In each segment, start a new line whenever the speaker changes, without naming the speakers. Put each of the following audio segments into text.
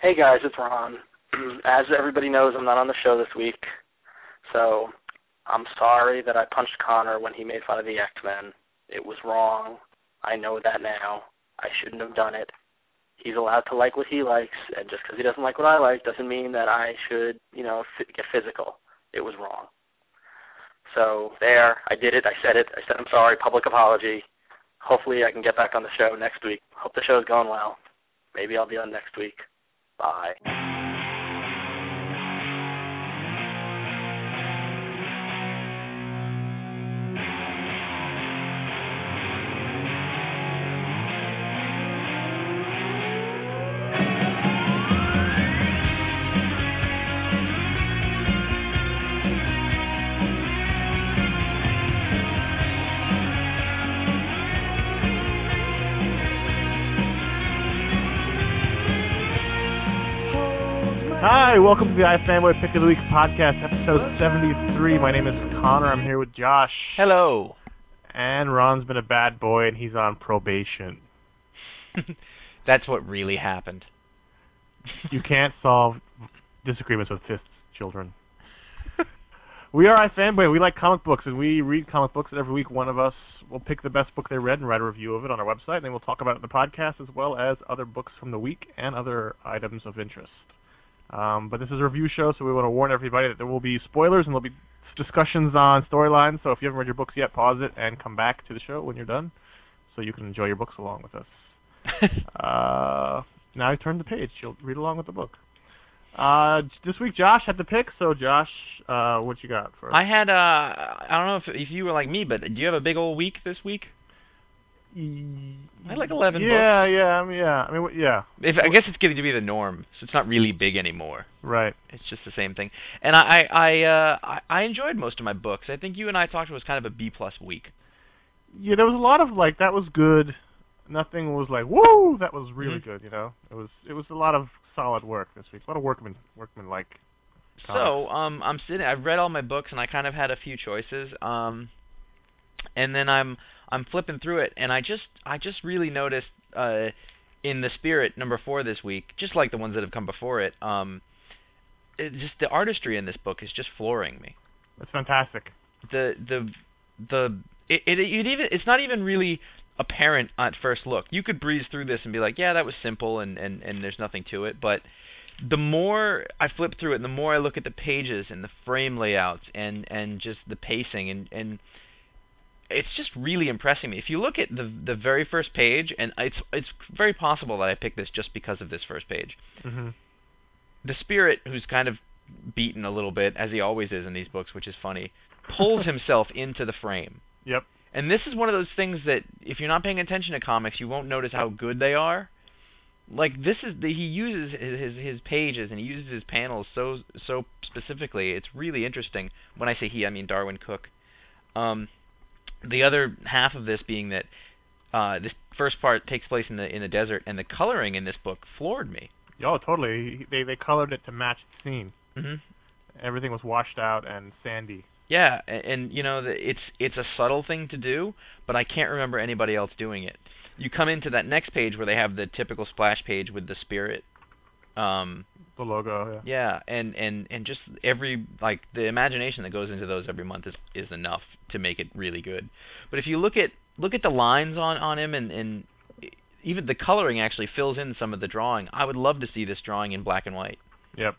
Hey guys, it's Ron. As everybody knows, I'm not on the show this week, so I'm sorry that I punched Connor when he made fun of the X Men. It was wrong. I know that now. I shouldn't have done it. He's allowed to like what he likes, and just because he doesn't like what I like doesn't mean that I should, you know, f- get physical. It was wrong. So there, I did it. I said it. I said I'm sorry. Public apology. Hopefully, I can get back on the show next week. Hope the show's going well. Maybe I'll be on next week. Bye.
Hi, welcome to the iFanboy Pick of the Week podcast, episode 73. My name is Connor. I'm here with Josh.
Hello.
And Ron's been a bad boy, and he's on probation.
That's what really happened.
You can't solve disagreements with fists, children. We are iFanboy. We like comic books, and we read comic books. And every week, one of us will pick the best book they read and write a review of it on our website, and then we'll talk about it in the podcast as well as other books from the week and other items of interest. Um, but this is a review show, so we want to warn everybody that there will be spoilers and there'll be discussions on storylines. So if you haven't read your books yet, pause it and come back to the show when you're done, so you can enjoy your books along with us. Uh, now I turn the page. You'll read along with the book. Uh, this week Josh had the pick, so Josh, uh, what you got for us?
I had uh I don't know if if you were like me, but do you have a big old week this week? I had like 11
Yeah, yeah, I mean, yeah. I mean, wh- yeah,
If I guess it's getting to be the norm, so it's not really big anymore.
right.
It's just the same thing. And I I I uh I, I enjoyed most of my books. I think you and I talked it was kind of a B plus week.
Yeah, there was a lot of like that was good. Nothing was like woo, that was really
Mhm.
good. You know, it was it was a lot of solid work this week. A lot of workman workman like.
So, um I'm sitting I've read all my books and I kind of had a few choices. Um and then I'm I'm flipping through it and I just I just really noticed uh in the spirit number 4 this week, just like the ones that have come before it, um it just the artistry in this book is just flooring me.
It's fantastic.
The the the it it, it even it's not even really apparent at first look. You could breeze through this and be like, "Yeah, that was simple and and and there's nothing to it," but the more I flip through it, and the more I look at the pages and the frame layouts and and just the pacing and and it's just really impressing me. If you look at the the very first page, and it's it's very possible that I picked this just because of this first page.
Mm-hmm.
The spirit, who's kind of beaten a little bit as he always is in these books, which is funny, pulls himself into the frame.
Yep.
And this is one of those things that if you're not paying attention to comics, you won't notice how good they are. Like this is the, he uses his, his his pages and he uses his panels so so specifically. It's really interesting. When I say he, I mean Darwin Cook. Um, the other half of this being that uh, this first part takes place in the in the desert, and the coloring in this book floored me.
Oh, totally. They they colored it to match the scene.
Mm-hmm.
Everything was washed out and sandy.
Yeah, a- and you know the, it's it's a subtle thing to do, but I can't remember anybody else doing it. You come into that next page where they have the typical splash page with the spirit. Um
The logo. Oh, Yeah.
yeah, and and and just every like the imagination that goes into those every month is is enough to make it really good. But if you look at look at the lines on on him and and even the coloring actually fills in some of the drawing. I would love to see this drawing in black and white
Yep.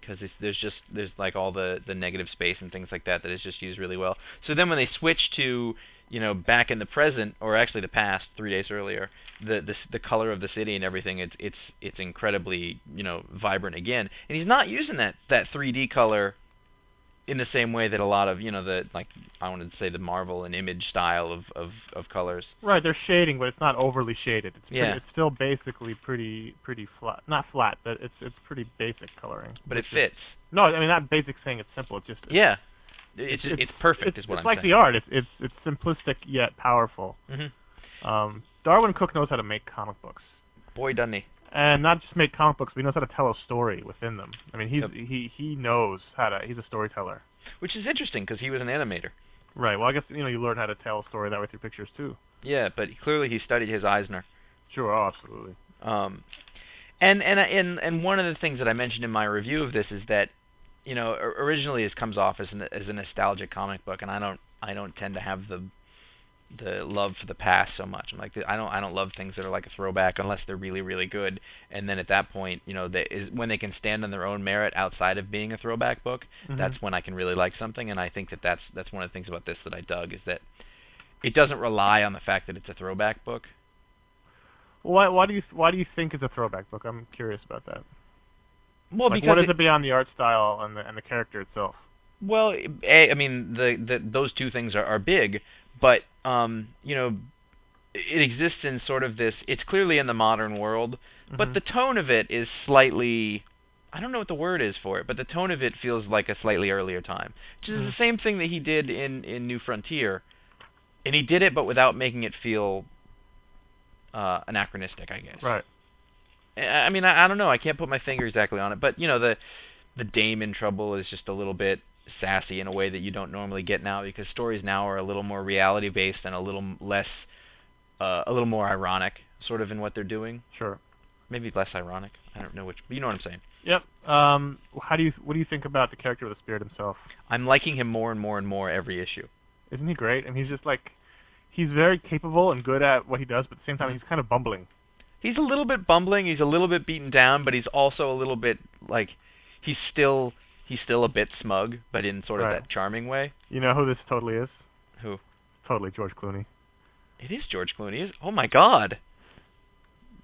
because there's just there's like all the the negative space and things like that that is just used really well. So then when they switch to you know back in the present or actually the past three days earlier, the the s- the color of the city and everything it's it's it's incredibly you know vibrant again. And he's not using that that 3D color in the same way that a lot of you know the like I wanted to say the Marvel and Image style of of of colors.
Right. They're shading, but it's not overly shaded. It's pretty,
Yeah.
It's still basically pretty pretty flat. Not flat, but it's it's pretty basic coloring.
But it
It's just-
fits.
No, I mean not basic. Saying it's simple. It's just it's
Yeah. It's it's, perfect
It's,
is what
it's
I'm
like
saying.
the art. It's it's it's simplistic yet powerful.
Mhm.
Um, Darwin Cook knows how to make comic books,
Boy, doesn't he?
and not just make comic books, but he knows how to tell a story within them. I mean, he's
Yep.
he he knows how to. He's a storyteller.
Which is interesting because he was an animator.
Right. Well, I guess you know you learn how to tell a story that way through pictures too.
Yeah, but clearly he studied his Eisner.
Sure. Oh, absolutely.
Um, And and I- and and one of the things that I mentioned in my review of this is that you know or- originally this comes off as an, as a nostalgic comic book, and I don't I don't tend to have the the love for the past so much. I'm like I don't I don't love things that are like a throwback unless they're really really good. And then at that point, you know, they, is when they can stand on their own merit outside of being a throwback book,
Mm-hmm.
that's when I can really like something. And I think that that's that's one of the things about this that I dug is that it doesn't rely on the fact that it's a throwback book.
why why do you why do you think it's a throwback book? I'm curious about that.
Well,
like,
because
what
it-
is it beyond the art style and the and the character itself?
Well, a, I mean, the, the those two things are, are big, but um, you know, it exists in sort of this. It's clearly in the modern world, but
Mhm.
the tone of it is slightly. I don't know what the word is for it, but the tone of it feels like a slightly earlier time, which is
Mhm.
the same thing that he did in in New Frontier, and he did it, but without making it feel uh, anachronistic, I guess.
right.
I- I mean, I, I don't know. I can't put my finger exactly on it, but you know, the the dame in trouble is just a little bit sassy in a way that you don't normally get now because stories now are a little more reality based and a little m- less, uh, a little more ironic, sort of in what they're doing.
Sure.
Maybe less ironic. I don't know which. But you know what I'm saying.
Yep. Um. How do you what do you think about the character of the spirit himself?
I'm liking him more and more and more every issue.
Isn't he great? I mean, he's just like he's very capable and good at what he does, but at the same time
Mm-hmm.
he's kind of bumbling.
He's a little bit bumbling. He's a little bit beaten down, but he's also a little bit like he's still he's still a bit smug, but in sort of
Right.
that charming way.
You know who this totally is?
Who?
Totally George Clooney.
It is George Clooney. Is oh my god.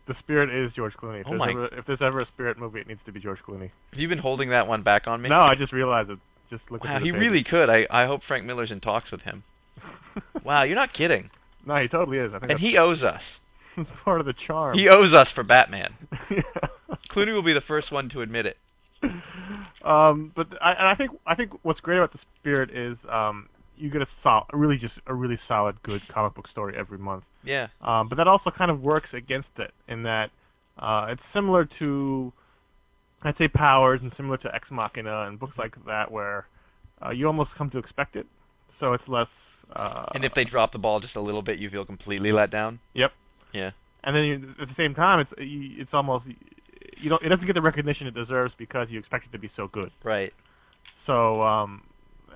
The spirit is George Clooney. If,
Oh
there's,
my-
ever, if there's ever a spirit movie, it needs to be George Clooney.
Have you been holding that one back on me?
No, I just realized it. Just look
Wow,
at the
he
pages.
really could. I I hope Frank Miller's in talks with him. Wow, you're not kidding.
no, he totally is. I think
And he owes us.
that's part of the charm.
He owes us for Batman.
Yeah.
Clooney will be the first one to admit it.
um, but I, and I think I think what's great about the spirit is um, you get a sol- really just a really solid, good comic book story every month.
Yeah.
Um, but that also kind of works against it in that uh, it's similar to, I'd say, Powers and similar to Ex Machina and books like that where uh, you almost come to expect it, so it's less. Uh,
And if they drop the ball just a little bit, you feel completely let down.
Yep.
Yeah.
And then you, at the same time, it's you- it's almost you don't it doesn't get the recognition it deserves because you expect it to be so good.
Right.
So um,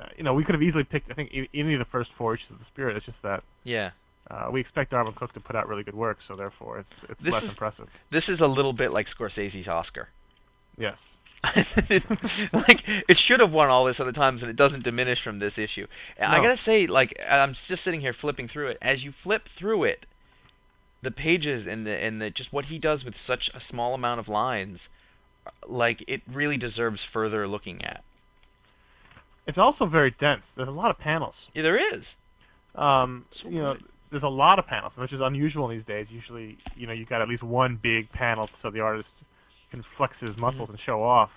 uh, you know we could have easily picked I think e- any of the first four issues of the Spirit. It's just that
Yeah.
uh, we expect Darwin Cook to put out really good work, so therefore it's it's
This
less
is-
impressive.
This is a little bit like Scorsese's Oscar.
Yes.
like it should have won all this other times and it doesn't diminish from this issue. And I
No.
got to say like I'm just sitting here flipping through it as you flip through it the pages and the and the just what he does with such a small amount of lines like it really deserves further looking at.
It's also very dense. There's a lot of panels.
Yeah, there is.
Um,
So
you know,
good.
there's a lot of panels, which is unusual these days. Usually, you know, you got at least one big panel so the artist can flex his muscles
Mhm.
and show off.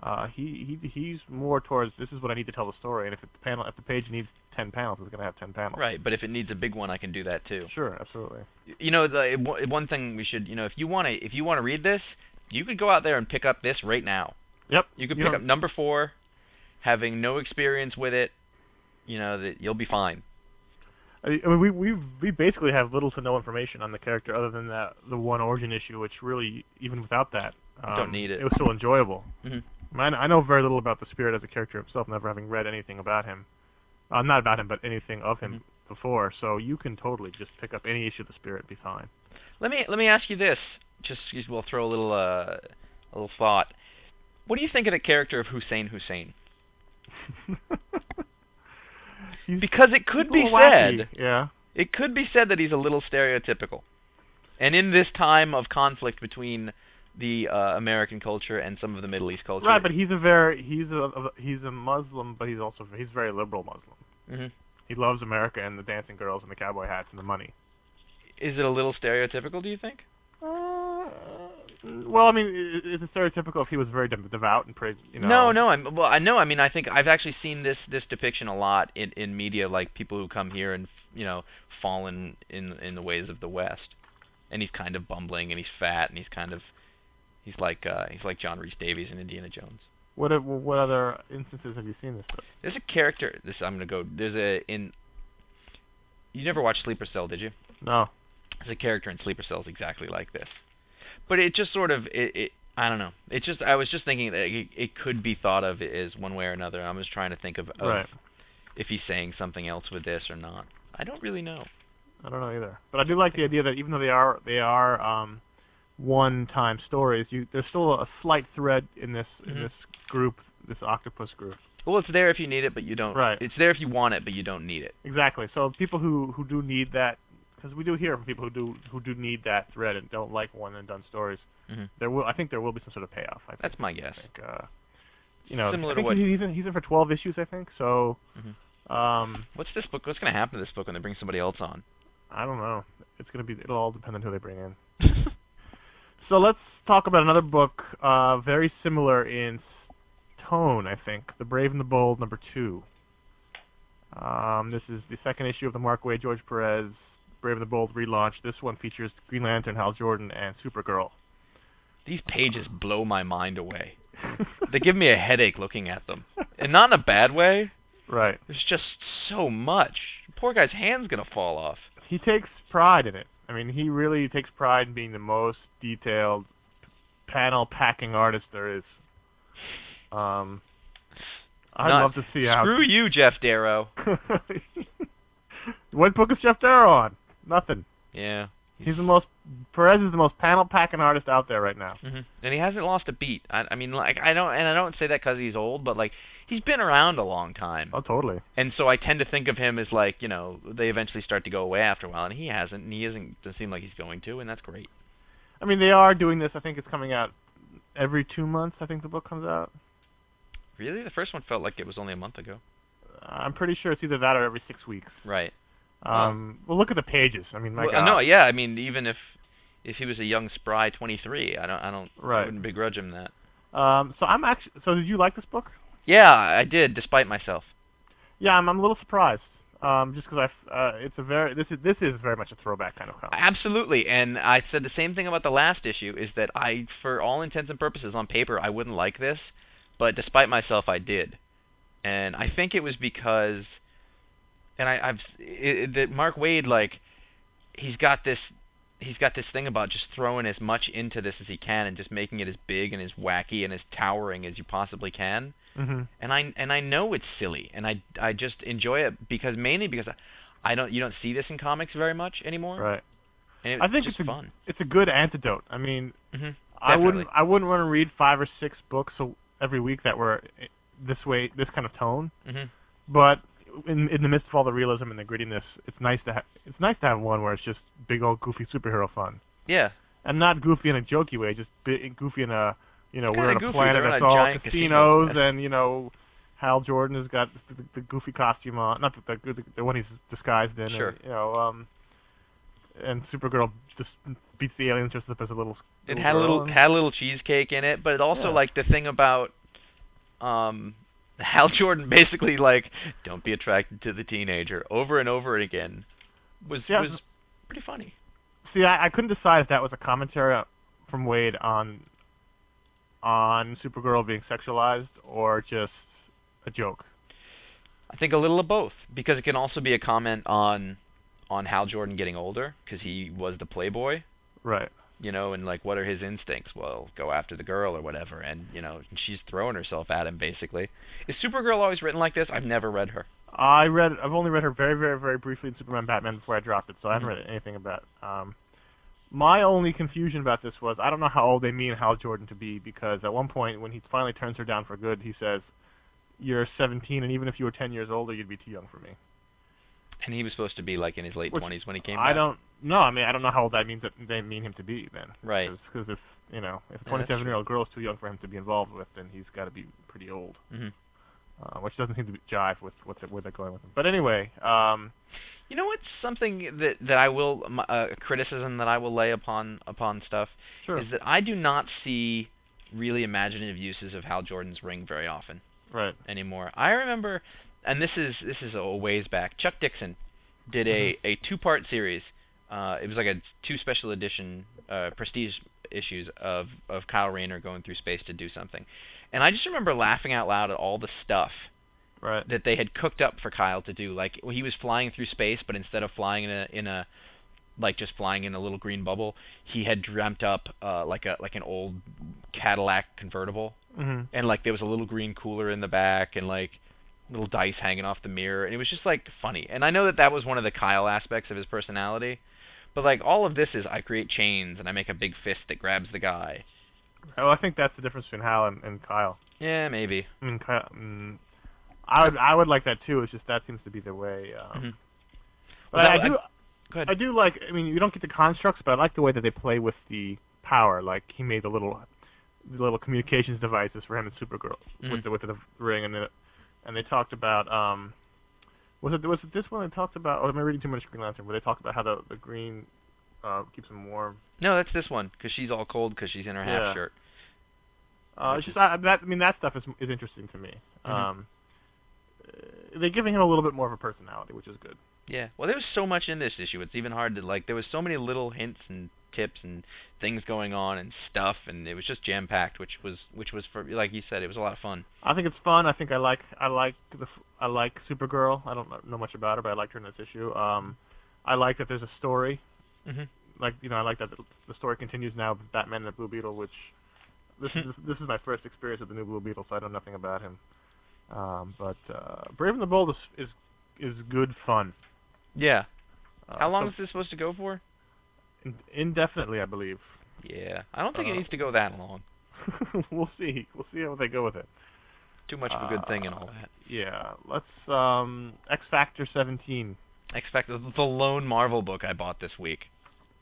Uh, he he he's more towards this is what I need to tell the story, and if the panel if the page needs ten panels, it's gonna have ten panels.
Right, but if it needs a big one I can do that too.
Sure, absolutely.
you know the one- one thing we should you know if you want to if you want to read this you could go out there and pick up this right now
Yep.
you could
You
pick
don't-
up number four having no experience with it you know that you'll be fine
I I mean, we we we basically have little to no information on the character other than that the one origin issue, which really even without that, um,
Don't need it.
It was still enjoyable.
Mhm.
I I know very little about the spirit as a character himself, never having read anything about him. Uh, not about him, but anything of him
Mm-hmm.
before. So you can totally just pick up any issue of the spirit and be fine.
let me let me ask you this just we'll throw a little uh a little thought what do you think of the character of Hussein Hussein
He's
because it could
a
be
little wacky,
said
Yeah.
it could be said that he's a little stereotypical and in this time of conflict between the uh, American culture and some of the Middle East culture
Right, but he's a very he's a he's a Muslim, but he's also he's very liberal Muslim.
Mhm.
He loves America and the dancing girls and the cowboy hats and the money.
is it a little stereotypical do you think
Uh, well, I mean, i- i- is it stereotypical if he was very de- devout and prayed? You know.
No, no. I'm well. I know. I mean, I think I've actually seen this this depiction a lot in in media, like people who come here and you know fallen in in the ways of the West, and he's kind of bumbling and he's fat and he's kind of he's like uh he's like John Reese Davies in Indiana Jones.
What o- what other instances have you seen this? With?
There's a character. This I'm gonna go. There's a in. You never watched Sleeper Cell, did you?
No.
There's a character in Sleeper Cells exactly like this. but it just sort of it, it I don't know. It's just I was just thinking that it, it could be thought of as one way or another. I'm just trying to think of, of
Right.
if he's saying something else with this or not. I don't really know.
I don't know either. But I do like the idea that even though they are they are um, one-time stories, you there's still a slight thread in this in
Mhm.
this group, this octopus group.
Well, it's there if you need it, but you don't.
Right.
It's there if you want it, but you don't need it.
Exactly. So people who who do need that, because we do hear from people who do who do need that thread and don't like one and done stories.
hmm
There will I think there will be some sort of payoff. I think.
That's my guess.
I think, uh, you know,
Similar
I
to
think
what-
he's in he's in for 12 issues, I think. So,
Mhm.
um,
What's this book? What's going to happen to this book when they bring somebody else on?
I don't know. It's gonna be it'll all depend on who they bring in. So let's talk about another book, uh, very similar in s- tone, I think. The Brave and the Bold, number two. Um, this is the second issue of the Mark Way George Perez Brave and the Bold relaunch. This one features Green Lantern, Hal Jordan, and Supergirl.
These pages blow my mind away. They give me a headache looking at them, and not in a bad way.
right.
There's just so much. Poor guy's hand's gonna fall off.
He takes pride in it. I mean, he really takes pride in being the most detailed panel packing artist there is. Um, I'd
Not-
love to see how
Screw you, Jeff Darrow.
what book is Jeff Darrow on? Nothing.
Yeah.
He's the most Perez is the most panel packing artist out there right now.
hmm And he hasn't lost a beat. I, I mean, like I don't, and I don't say that because he's old, but like he's been around a long time,
Oh, totally.
and so I tend to think of him as like you know they eventually start to go away after a while, and he hasn't, and he isn't doesn't seem like he's going to, and that's great.
I mean, they are doing this. I think it's coming out every two months. I think the book comes out.
Really, the first one felt like it was only a month ago.
I'm pretty sure it's either that or every six weeks.
Right.
Um, well, look at the pages. I mean, my
well,
God.
no, yeah, I mean even if if he was a young spry 23, I don't, I don't, I
Right.
wouldn't begrudge him that.
Um, so I'm actually. So did you like this book?
Yeah, I did, despite myself.
Yeah, I'm. I'm a little surprised. Um, just because I. Uh, it's a very. This is. This is very much a throwback kind of comic.
Absolutely, and I said the same thing about the last issue. Is that I, for all intents and purposes, on paper, I wouldn't like this, but despite myself, I did, and I think it was because, and I, I've it, it- that Mark Wade like, he's got this, he's got this thing about just throwing as much into this as he can and just making it as big and as wacky and as towering as you possibly can
Mm-hmm.
and I and I know it's silly, and I I just enjoy it because mainly because I, I don't you don't see this in comics very much anymore.
Right.
And it's
I think
just
it's a-
fun.
It's a good antidote. I mean,
hmm
I wouldn't
Definitely.
I wouldn't want to read five or six books so every week that were eh, this way this kind of tone.
hmm
But in in the midst of all the realism and the grittiness, it's nice to ha- it's nice to have one where it's just big old goofy superhero fun,
Yeah.
and not goofy in a jokey way, just big, goofy in a you know
Kinda
we're on
goofy,
a planet
they're on
that's
a
all
giant casino.
casinos and you know. Hal Jordan has got the, the goofy costume on, not the, the the one he's disguised in.
Sure.
And, you know, um, and Supergirl just beats the aliens just up as a little.
It
little
had a
girl
little
and-
had a little cheesecake in it, but it also
Yeah.
like the thing about um Hal Jordan basically like don't be attracted to the teenager over and over again was
Yeah.
was pretty funny.
See, I, I couldn't decide if that was a commentary uh, from Wade on on Supergirl being sexualized or just a joke.
I think a little of both because it can also be a comment on on Hal Jordan getting older because he was the playboy.
Right.
you know, and like what are his instincts? Well, go after the girl or whatever, and you know, she's throwing herself at him basically. Is Supergirl always written like this? I've never read her.
I read. I've only read her very, very, very briefly in Superman Batman before I dropped it, so I haven't
Mhm.
read anything about. Um, my only confusion about this was I don't know how old they mean Hal Jordan to be because at one point when he finally turns her down for good, he says, "You're 17, and even if you were 10 years older, you'd be too young for me."
And he was supposed to be like in his late
Which-
twenties when he came.
I
back.
don't. No, I mean I don't know how old that means that they mean him to be then.
Right.
Because if you know if a
Yeah, that's
27 year old girl is too young for him to be involved with, then he's got to be pretty old,
hmm
uh, which doesn't seem to be jive with what they're, where they're going with him. But anyway, um,
You know what's something that that I will my- uh, a criticism that I will lay upon upon stuff
sure.
is that I do not see really imaginative uses of Hal Jordan's ring very often.
right.
anymore. I remember, and this is this is a ways back. Chuck Dixon did a
Mhm.
a two part series. Uh, it was like a two special edition uh, prestige issues of of Kyle Rayner going through space to do something, and I just remember laughing out loud at all the stuff
Right.
that they had cooked up for Kyle to do. Like he was flying through space, but instead of flying in a in a like just flying in a little green bubble, he had dreamt up uh, like a like an old Cadillac convertible,
hmm
and like there was a little green cooler in the back, and like little dice hanging off the mirror, and it was just like funny. And I know that that was one of the Kyle aspects of his personality, but like all of this is I create chains and I make a big fist that grabs the guy.
Well, I think that's the difference between Hal and, and Kyle.
Yeah, maybe.
I mean, Kyle. Mm, I would I would like that too. It's just that seems to be the way. Um,
Mhm.
But
Well,
I,
that-
do
Go ahead.
I do like. I mean, you don't get the constructs, but I like the way that they play with the power. Like he made the little, the little communications devices for him and Supergirl with
Mhm.
the with the ring, and the, and they talked about um, was it was it this one they talked about? Or am I reading too much Green Lantern? Where they talked about how the the green uh keeps him warm.
No, that's this one because she's all cold because she's in her half
Yeah.
shirt.
Uh,
Which
it's
is-
just I, that. I mean, that stuff is is interesting to me.
Mhm.
Um, uh, they're giving him a little bit more of a personality, which is good.
Yeah. Well, there was so much in this issue. It's even hard to like. There was so many little hints and tips and things going on and stuff, and it was just jam packed, which was which was for like you said, it was a lot of fun.
I think it's fun. I think I like I like the f- I like Supergirl. I don't kn- know much about her, but I liked her in this issue. Um, I like that there's a story.
Mm-hmm.
Like you know, I like that the the story continues now with Batman and the Blue Beetle, which this is this is my first experience with the new Blue Beetle, so I know nothing about him. Um, but uh, Brave and the Bold is is, is good fun.
Yeah.
Uh,
How long
so-
is this supposed to go for?
in- indefinitely, I believe.
Yeah. I don't think it
Uh,
needs to go that long.
we'll see. We'll see how they go with it.
Too much of a good thing and all
uh,
that.
Yeah. Let's um X Factor 17.
X Factor, the lone Marvel book I bought this week.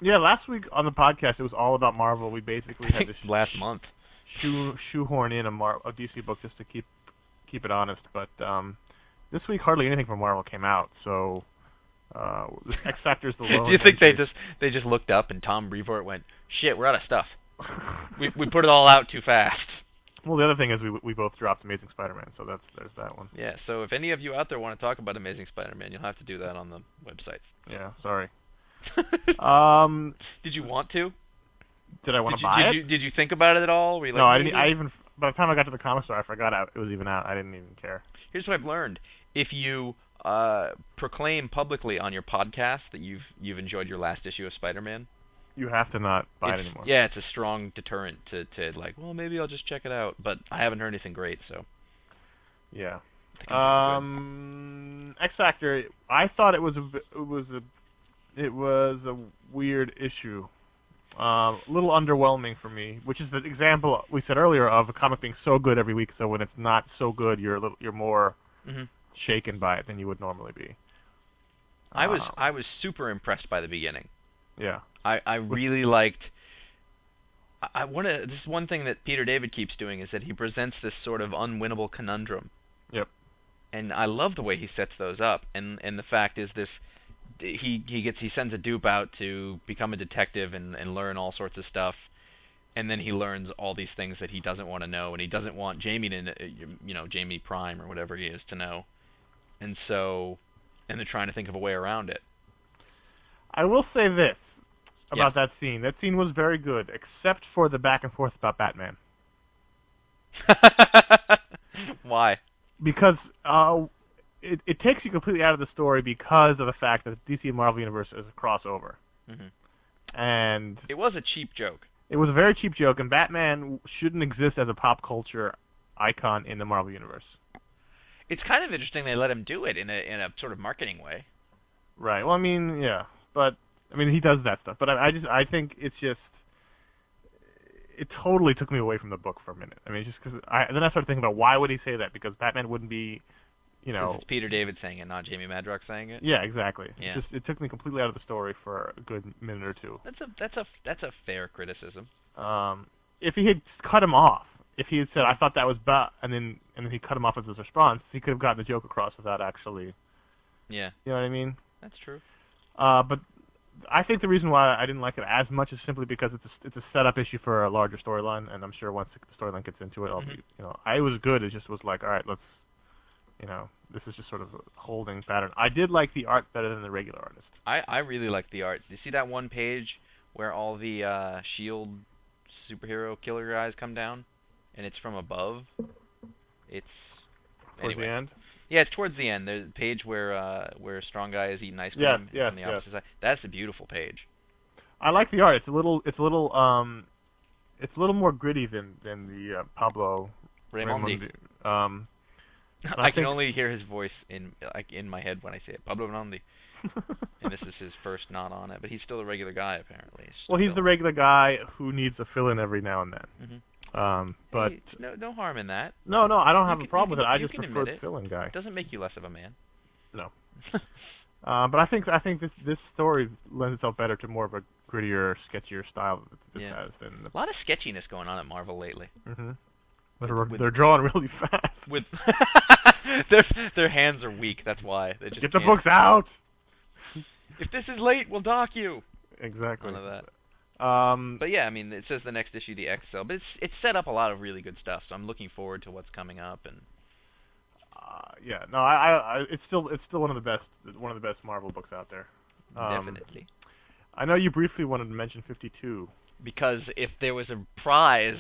Yeah, last week on the podcast it was all about Marvel. We basically
I
had
think
to sh-
last month.
shoe shoehorn in a, Mar- a DC book just to keep keep it honest, but um this week hardly anything from Marvel came out. So uh X Factor's the lone
Do you think they
entry.
just they just looked up and Tom Brevoort went, "Shit, we're out of stuff. We we put it all out too fast."
Well, the other thing is we we both dropped Amazing Spider-Man, so that's there's that one.
Yeah, so if any of you out there want to talk about Amazing Spider-Man, you'll have to do that on the websites.
Yeah, sorry. Um
did you want to?
did I want to
did you,
buy
did
it?
You, did you think about it at all? Were you like,
no, I didn't. e-,
"Maybe?"
I even by the time I got to the comic store, I forgot out, it was even out. I didn't even care.
Here's what I've learned: if you uh, proclaim publicly on your podcast that you've you've enjoyed your last issue of Spider-Man,
You have to not buy it
it's-
anymore.
yeah, it's a strong deterrent to to like, well, maybe I'll just check it out. But I haven't heard anything great, so.
Yeah.
I think I'm good.
Um, X Factor. I thought it was a v- it was a it was a weird issue. Um, a little underwhelming for me, which is the example we said earlier of a comic being so good every week. So when it's not so good, you're a little you're more
Mhm.
shaken by it than you would normally be.
I was
Um,
I was super impressed by the beginning.
yeah.
I I really liked. I- I want to. This is one thing that Peter David keeps doing is that he presents this sort of unwinnable conundrum.
Yep.
And I love the way he sets those up. And and the fact is this, he he gets he sends a dupe out to become a detective and and learn all sorts of stuff. And then he learns all these things that he doesn't want to know, and he doesn't want Jamie to, kn- you know, Jamie Prime or whatever he is to know. And so, and they're trying to think of a way around it.
I will say this
Yeah.
about that scene. That scene was very good, except for the back and forth about Batman.
Why?
Because uh, it, it takes you completely out of the story because of the fact that the DC and Marvel universe is a crossover. Mm-hmm.
Mhm.
And
It was a cheap joke.
it was a very cheap joke, and Batman shouldn't exist as a pop culture icon in the Marvel universe.
It's kind of interesting they let him do it in a in a sort of marketing way.
Right. Well, I mean, yeah, but I mean, he does that stuff. But I, I just, I think it's just, it totally took me away from the book for a minute. I mean, it's just because I then I started thinking about why would he say that? Because Batman wouldn't be, you
'Cause
know,
it's Peter David saying it, not Jamie Madrox saying it.
yeah, exactly.
Yeah.
It just it took me completely out of the story for a good minute or two.
That's a that's a that's a fair criticism.
Um, if he had cut him off, if he had said I thought that was Bat, and then and then he cut him off as his response, he could have gotten the joke across without actually,
Yeah,
you know what I mean?
that's true.
Uh, but I think the reason why I didn't like it as much is simply because it's a, it's a setup issue for a larger storyline, and I'm sure once the storyline gets into it, I'll
Mhm.
be you know I was good. It just was like all right, let's you know this is just sort of a holding pattern. I did like the art better than the regular artist.
I I really like the art. You see that one page where all the uh shield superhero killer guys come down and it's from above? It's
Towards
anyway.
the end,
Yeah, it's towards the end. There's a page where uh where strong guy is eating ice cream
Yes,
and
yes,
on the
yes.
opposite side. That's a beautiful page.
I like the art. It's a little it's a little um it's a little more gritty than than the uh, Pablo
Raimondi.
Raimondi. Um
I,
I
can
think-
only hear his voice in like in my head when I say it. Pablo Raimondi. And this is his first not on it, but he's still a regular guy apparently.
well, he's the regular guy who needs a fill in every now and then.
hmm
Um but
no no harm in that.
no, no, I don't have
You
a
can-
problem
you
with it.
can-
I
you
just
can
prefer
admit
the
it.
fill in guy.
It doesn't make you less of a man.
No. Uh, but I think I think this this story lends itself better to more of a grittier, sketchier style that this
Yeah.
has than the
a lot of sketchiness going on at Marvel lately.
hmm
With-
They're,
with-
they're drawing really fast.
With their their hands are weak. That's why they just
Get the
can't-
books out.
If this is late, we'll dock you.
Exactly.
None of
Um,
But yeah, I mean, it says the next issue the XL, but it's it's set up a lot of really good stuff. So I'm looking forward to what's coming up. And
uh, yeah, no, I, I, I, it's still it's still one of the best one of the best Marvel books out there. Um,
definitely.
I know you briefly wanted to mention 52.
Because if there was a prize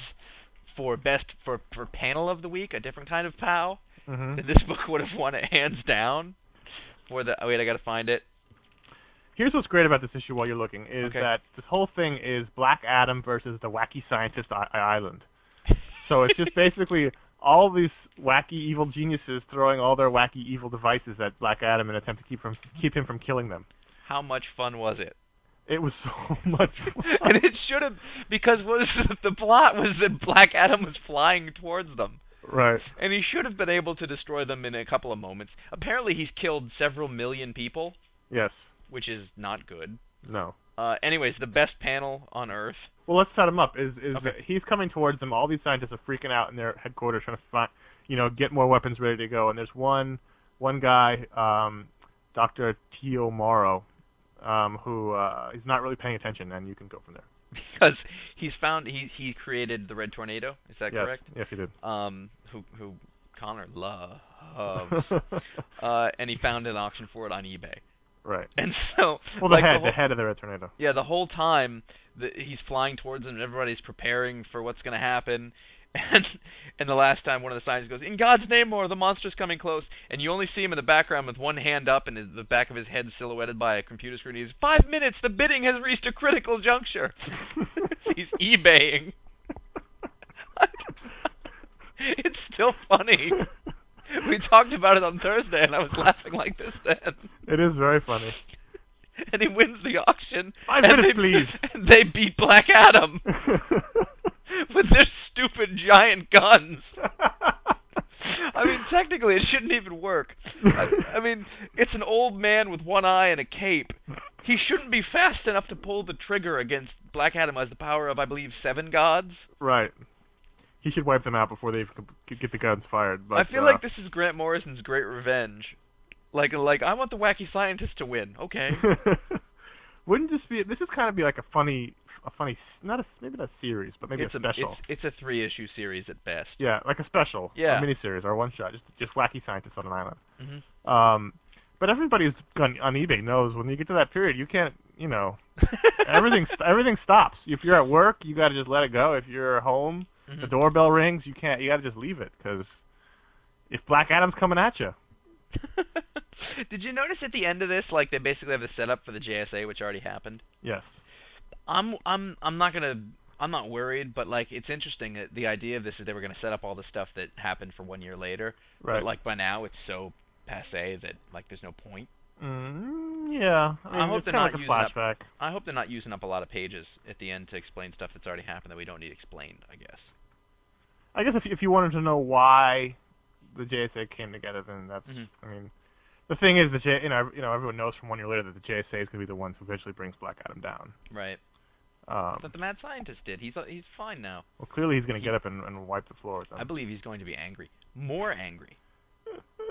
for best for for panel of the week, a different kind of pow,
Mm-hmm.
then this book would have won it hands down. For the oh wait, I gotta find it.
Here's what's great about this issue while you're looking is
Okay.
that this whole thing is Black Adam versus the wacky scientist I- island. So it's just basically all these wacky evil geniuses throwing all their wacky evil devices at Black Adam in an attempt to keep from keep him from killing them.
how much fun was it?
It was so much fun.
and it should have because was the plot was that Black Adam was flying towards them,
right.
and he should have been able to destroy them in a couple of moments. Apparently, he's killed several million people,
Yes.
which is not good.
No.
Uh, anyways, the best panel on Earth.
Well, let's set him up. Is is
Okay.
that he's coming towards them? All these scientists are freaking out in their headquarters, trying to find, you know, get more weapons ready to go. And there's one one guy, um, Doctor Tio Morrow, um, who uh, is not really paying attention. And you can go from there.
Because he's found he he created the Red Tornado. Is that
yes.
correct?
Yes, you did.
Um, who who Connor loves. uh, and he found an auction for it on eBay.
right.
And so
Well, the
like
head,
the whole,
the head of the red tornado.
Yeah, the whole time the, he's flying towards him, and everybody's preparing for what's going to happen. And and the last time, one of the signs goes, "In God's name, or the monster's coming close." And you only see him in the background with one hand up and his, the back of his head silhouetted by a computer screen. He's five minutes. The bidding has reached a critical juncture. he's eBaying. it's still funny. We talked about it on Thursday, and I was laughing like this then.
It is very funny.
And he wins the auction.
Five
and
minutes,
they,
please.
And they beat Black Adam with their stupid giant guns. I mean, technically, it shouldn't even work. I, I mean, it's an old man with one eye and a cape. He shouldn't be fast enough to pull the trigger against Black Adam, who has the power of, I believe, seven gods.
right. He should wipe them out before they even could get the guns fired. But
I feel
uh,
like this is Grant Morrison's great revenge. Like, like I want the wacky scientist to win. Okay.
uh, Wouldn't this be? This is kind of be like a funny, a funny, not a maybe not a series, but maybe
it's
a special.
It's, it's a three-issue series at best.
yeah, like a special,
Yeah.
a miniseries or a one shot, just just wacky scientists on an island.
Mhm.
Um, but everybody who's gone on eBay knows when you get to that period, you can't, you know, everything st- everything stops. If you're at work, you got to just let it go. If you're home, the
Mhm.
doorbell rings, you can't, you got to just leave it because if Black Adam's coming at you,
Did you notice at the end of this, like they basically have a setup for the JSA, which already happened?
yes,
I'm I'm I'm not gonna I'm not worried, but like it's interesting that the idea of this is they were gonna set up all the stuff that happened for one year later.
right.
But like by now it's so passe that like there's no point.
mm, yeah, I, mean,
I hope
it's
they're
kind of like
not
a
using up-
flashback.
I hope they're not using up a lot of pages at the end to explain stuff that's already happened that we don't need explained. I guess.
I guess if if you wanted to know why the JSA came together, then that's.
Mhm.
I mean, the thing is the J. You know, ev- you know, everyone knows from one year later that the JSA is going to be the ones who eventually brings Black Adam down.
Right.
Um,
But the mad scientist did. He's he's fine now.
well, clearly he's going to get up and, and wipe the floor with them.
I believe he's going to be angry, more angry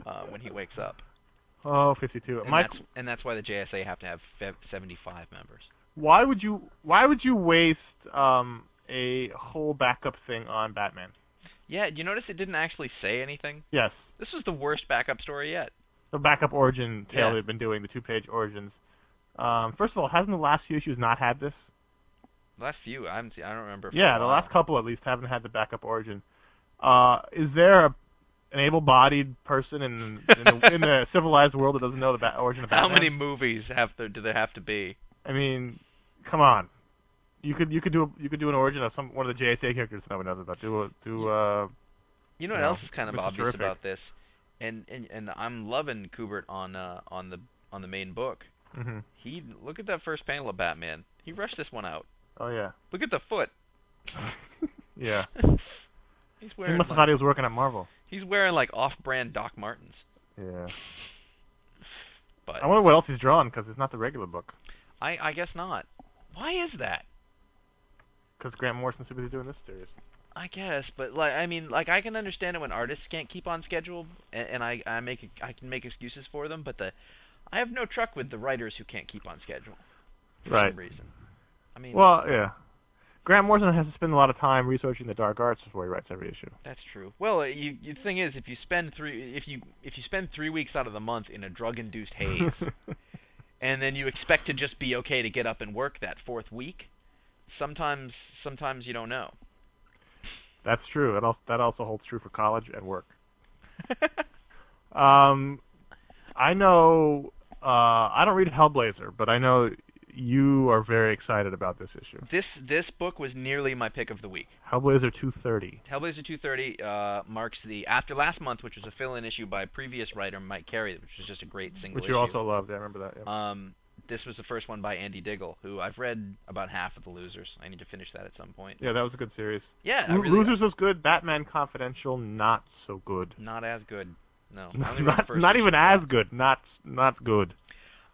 uh, when he wakes up.
Oh, 52.
And,
Mike,
that's, and that's why the JSA have to have fe- 75 members.
why would you why would you waste um a whole backup thing on Batman?
Yeah, you notice it didn't actually say anything?
Yes,
This was the worst backup story yet.
the backup origin tale
Yeah.
they've been doing, the two page origins. Um, first of all, hasn't the last few issues not had this?
The last few, I haven't seen, I don't remember. for
Yeah,
a
the
while.
last couple at least haven't had the backup origin. Uh, is there a an able-bodied person in in the, in the civilized world that doesn't know the ba- origin of
How
Batman.
many movies have there do there have to be?
I mean, come on. You could you could do a, you could do an origin of some one of the JSA characters nobody knows about. Do a, do uh
You know what
No,
else is kind of
this is
obvious
terrific.
about this, and and and I'm loving Kubert on uh on the on the main book.
hmm
He look at that first panel of Batman. He rushed this one out.
oh yeah
Look at the foot.
yeah. He
He's
must have e-
wearing like-
thought he was working at Marvel.
he's wearing like off-brand Doc Martens.
Yeah.
But
I wonder what else he's drawn because it's not the regular book.
I I guess not. Why is that?
Because Grant Morrison should be doing this series.
I guess, but like I mean, like I can understand it when artists can't keep on schedule, and, and I I make I can make excuses for them, but the I have no truck with the writers who can't keep on schedule for
Right.
some reason. I mean,
Well, yeah. Grant Morrison has to spend a lot of time researching the dark arts before he writes every issue.
that's true. Well, uh, you you the thing is, if you spend three if you if you spend three weeks out of the month in a drug induced haze, and then you expect to just be okay to get up and work that fourth week, sometimes sometimes you don't know.
That's true. That also, that also holds true for college and work. Um, I know. Uh, I don't read Hellblazer, but I know you are very excited about this issue.
this this book was nearly my pick of the week.
Hellblazer 230.
Hellblazer 230 uh, marks the after last month, which was a fill-in issue by previous writer Mike Carey, which was just a great single
Mm-hmm. Which
issue.
you also loved. I remember that. Yeah.
um, this was the first one by Andy Diggle, who I've read about half of the Losers. I need to finish that at some point.
yeah, that was a good series.
Yeah, I
Lo-
really
Losers was good. Batman Confidential, not so good.
not as good. No, I only read the
not
first
not
issue.
even as good. Not not good.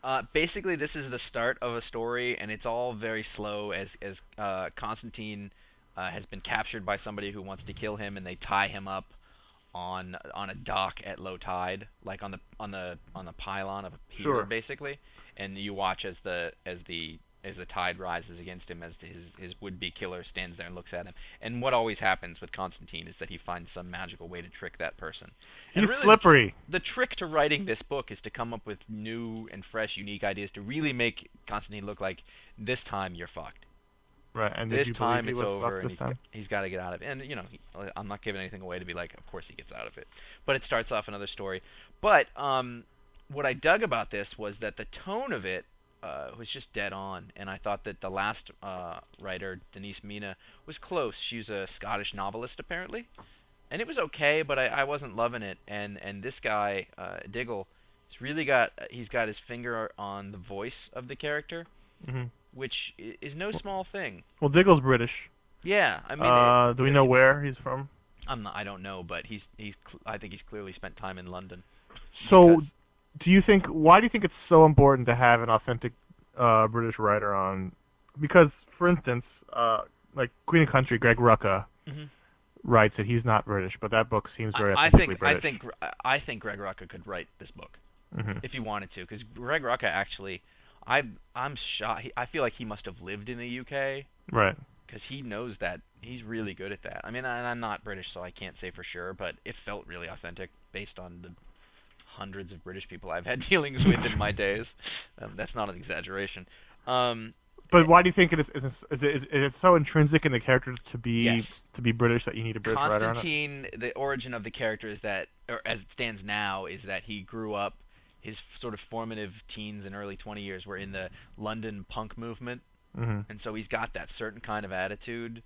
Uh, basically, this is the start of a story, and it's all very slow as as uh, Constantine uh, has been captured by somebody who wants to kill him, and they tie him up on on a dock at low tide, like on the on the on the pylon of a pier,
Sure.
basically. And you watch as the as the as the tide rises against him, as his his would be killer stands there and looks at him. And what always happens with Constantine is that he finds some magical way to trick that person.
He's
and really,
slippery.
the trick to writing this book is to come up with new and fresh, unique ideas to really make Constantine look like this time you're fucked.
Right. And
this
did you
time
believe
it's
he was
over,
fucked
and
this
he's,
time?
he's got to get out of it. And you know, he, I'm not giving anything away to be like, of course he gets out of it. But it starts off another story. But um, what I dug about this was that the tone of it uh, was just dead on, and I thought that the last uh, writer, Denise Mina, was close. She's a Scottish novelist apparently, and it was okay, but I, I wasn't loving it. And and this guy uh, Diggle, he's really got he's got his finger on the voice of the character,
hmm
which i- is no small thing.
Well, Diggle's British.
Yeah, I mean, it-
uh, do we know where he's from?
I'm not, I don't know, but he's he's cl- I think he's clearly spent time in London.
So,
Because-
do you think? Why do you think it's so important to have an authentic uh, British writer on? Because, for instance, uh, like Queen of Country, Greg Rucka writes that he's not British, but that book seems very
I, I
authentically
think I
British.
think Gr- I think Greg Rucka could write this book
Mhm.
if he wanted to, because Greg Rucka actually, I I'm shocked. He, I feel like he must have lived in the UK
Right.
because he knows that he's really good at that. I mean, I, and I'm not British, so I can't say for sure, but it felt really authentic based on the hundreds of British people I've had dealings with in my days. Um, that's not an exaggeration. Um,
But why do you think it is? Is, is, is, is it so intrinsic in the characters to be
Yes.
to be British that you need a British writer on it?
Constantine, the origin of the character is that, or as it stands now, is that he grew up. His sort of formative teens and early 20 years were in the London punk movement,
Mhm.
and so he's got that certain kind of attitude,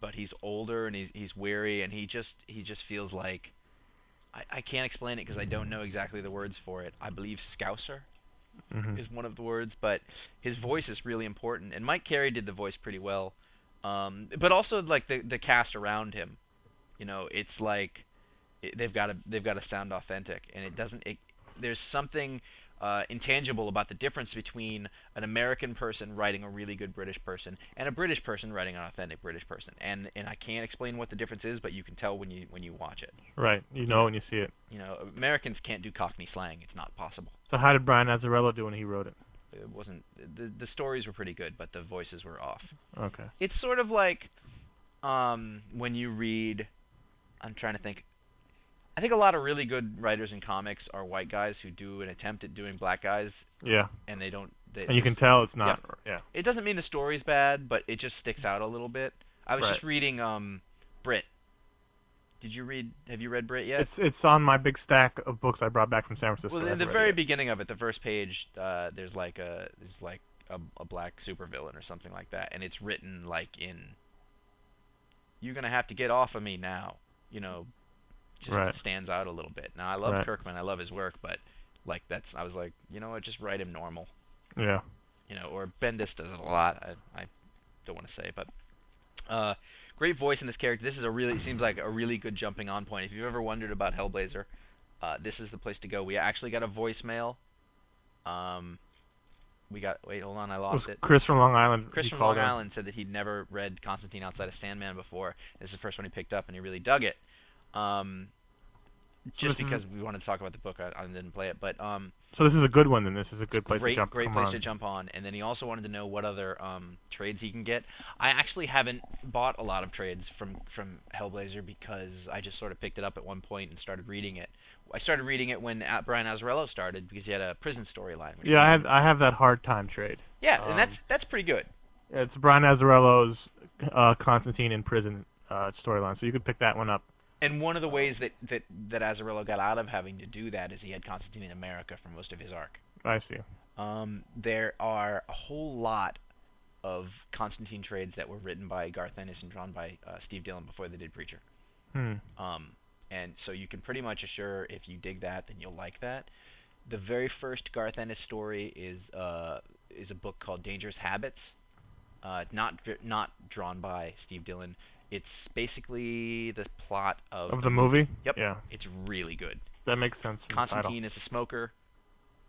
but he's older and he's he's weary, and he just he just feels like I, I can't explain it because I don't know exactly the words for it. I believe Scouser
Mhm.
is one of the words, but his voice is really important. And Mike Carey did the voice pretty well, um, but also like the the cast around him. You know, it's like it, they've got to they've got to sound authentic, and it doesn't. It, there's something uh, intangible about the difference between an American person writing a really good British person and a British person writing an authentic British person. And and I can't explain what the difference is, but you can tell when you when you watch it.
Right. You know when you see it.
You know, Americans can't do Cockney slang; it's not possible
So how did Brian Azzarello do when he wrote it?
it wasn't the the stories were pretty good, but the voices were off.
Okay.
It's sort of like um when you read I'm trying to think I think a lot of really good writers in comics are white guys who do an attempt at doing black guys
Yeah.
and they don't they
And you can tell it's not. Yeah.
it doesn't mean the story's bad, but it just sticks out a little bit. I was
Right.
just reading um Brit Did you read? Have you read Brit yet?
It's it's on my big stack of books I brought back from San Francisco.
well,
I
in the
haven't read
very
it yet.
beginning of it, the first page, uh, there's like a there's like a, a black supervillain or something like that, and it's written like in. You're gonna have to get off of me now. You know, just
Right.
stands out a little bit. Now I love
Right.
Kirkman, I love his work, but like that's I was like, you know what, just write him normal.
Yeah.
You know, or Bendis does it a lot. I I don't want to say, but uh, great voice in this character. This is a really seems like a really good jumping on point. If you've ever wondered about Hellblazer, uh, this is the place to go. We actually got a voicemail. Um, we got wait, hold on, I
It was
lost it.
Chris from Long Island.
Chris
he
from
called
Long
in.
Island said that he'd never read Constantine outside of Sandman before. This is the first one he picked up, and he really dug it. Um, just
Mhm.
because we wanted to talk about the book, I, I didn't play it, but um,
So this is a good one, then. This is a good place
great,
to jump.
great
come
place
on.
to jump on. And then he also wanted to know what other um trades he can get. I actually haven't bought a lot of trades from from Hellblazer because I just sort of picked it up at one point and started reading it. I started reading it when uh, Brian Azarello started because he had a prison storyline. which
Yeah,
was-
I have I have that hard time trade.
yeah, and that's
um,
that's pretty good.
It's Brian Azzarello's uh, Constantine in prison uh, storyline, so you could pick that one up.
And one of the ways that that that Azarello got out of having to do that is he had Constantine in America for most of his arc.
I see.
Um, there are a whole lot of Constantine trades that were written by Garth Ennis and drawn by uh, Steve Dillon before they did Preacher.
Hmm.
Um, and so you can pretty much assure if you dig that, then you'll like that. The very first Garth Ennis story is uh, is a book called Dangerous Habits, uh, not dri- not drawn by Steve Dillon. It's basically the plot of,
Of the movie.
Yep.
Yeah,
It's really good.
that makes sense. from the title.
Constantine is a smoker.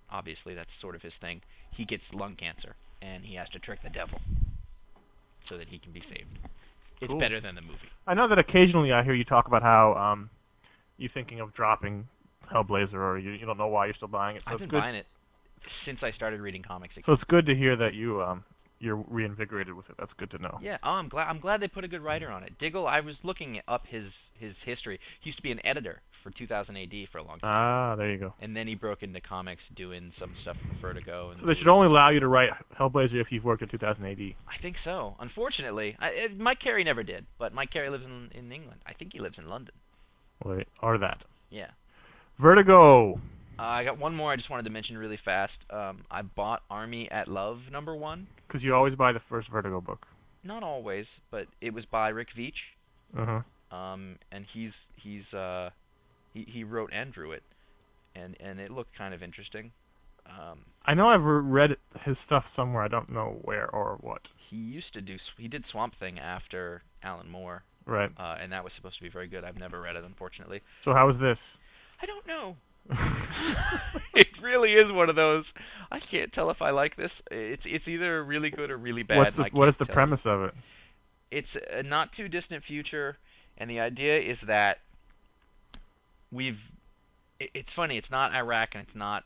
Obviously, that's sort of his thing. He gets lung cancer, and he has to trick the devil so that he can be saved. It's
Cool.
better than the movie.
I know that occasionally I hear you talk about how um, you're thinking of dropping Hellblazer, or you you don't know why you're still buying it. So
I've
it's
been
good.
buying it since I started reading comics.
So it's good to hear that you um, you're reinvigorated with it. That's good to know.
Yeah, oh, I'm glad. I'm glad they put a good writer on it. Diggle, I was looking up his his history. He used to be an editor for 2000 AD for a long time,
Ah, there you go.
and then he broke into comics doing some stuff for Vertigo. And
So they should only allow you to write Hellblazer if you've worked at 2000 AD.
I think so. Unfortunately, I, it, Mike Carey never did, but Mike Carey lives in in England. I think he lives in London.
Wait, or that.
Yeah.
Vertigo.
Uh, I got one more I just wanted to mention really fast. Um, I bought Army at Love number one.
Because you always buy the first Vertigo book.
Not always, but it was by Rick Veitch.
Uh huh.
um and he's he's uh he he wrote and drew it and and it looked kind of interesting um
I know I've re- read his stuff somewhere. I don't know where or what.
he used to do s- he did swamp thing after alan moore
Right.
uh and that was supposed to be very good i've never read it unfortunately
So how is this?
i don't know it really is one of those i can't tell if i like this it's it's either really good or really bad
What's
and I
the, what is
can't
the
tell.
premise of it?
it's a not too distant future, and the idea is that we've. It, it's funny. It's not Iraq, and it's not.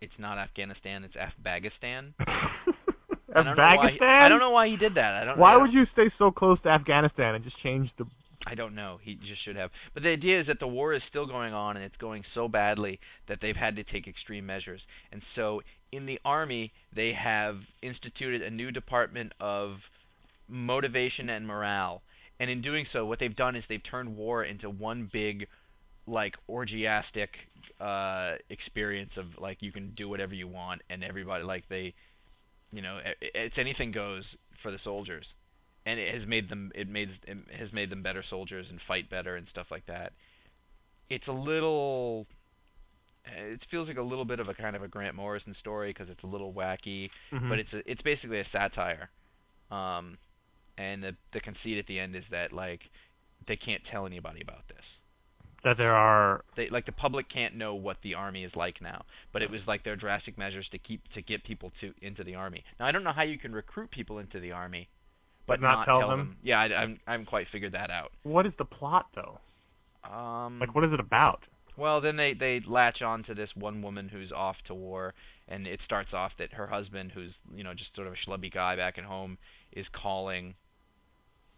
It's not Afghanistan. It's Afghanistan. I don't know why he-
Afghanistan.
I don't know why he did that. I don't.
Why
I don't-
would you stay so close to Afghanistan and just change the?
I don't know. He just should have. But the idea is that the war is still going on, and it's going so badly that they've had to take extreme measures. And so, in the army, they have instituted a new department of motivation and morale. And in doing so, what they've done is they've turned war into one big, like orgiastic uh, experience of like you can do whatever you want, and everybody like they, you know, i- i- it's anything goes for the soldiers and it has made them it made it has made them better soldiers and fight better and stuff like that. It's a little eh, it feels like a little bit of a kind of a Grant Morrison story because it's a little wacky,
Mhm.
but it's a, it's basically a satire. Um and the the conceit at the end is that like they can't tell anybody about this.
that there are.
They like the public can't know what the army is like now, but it was like their drastic measures to keep to get people to into the army. Now I don't know how you can recruit people into the army, but
But not tell them?
Yeah, I, I'm I haven't quite figured that out.
What is the plot though?
Um,
Like, what is it about?
Well, then they they latch on to this one woman who's off to war, and it starts off that her husband, who's you know just sort of a schlubby guy back at home, is calling,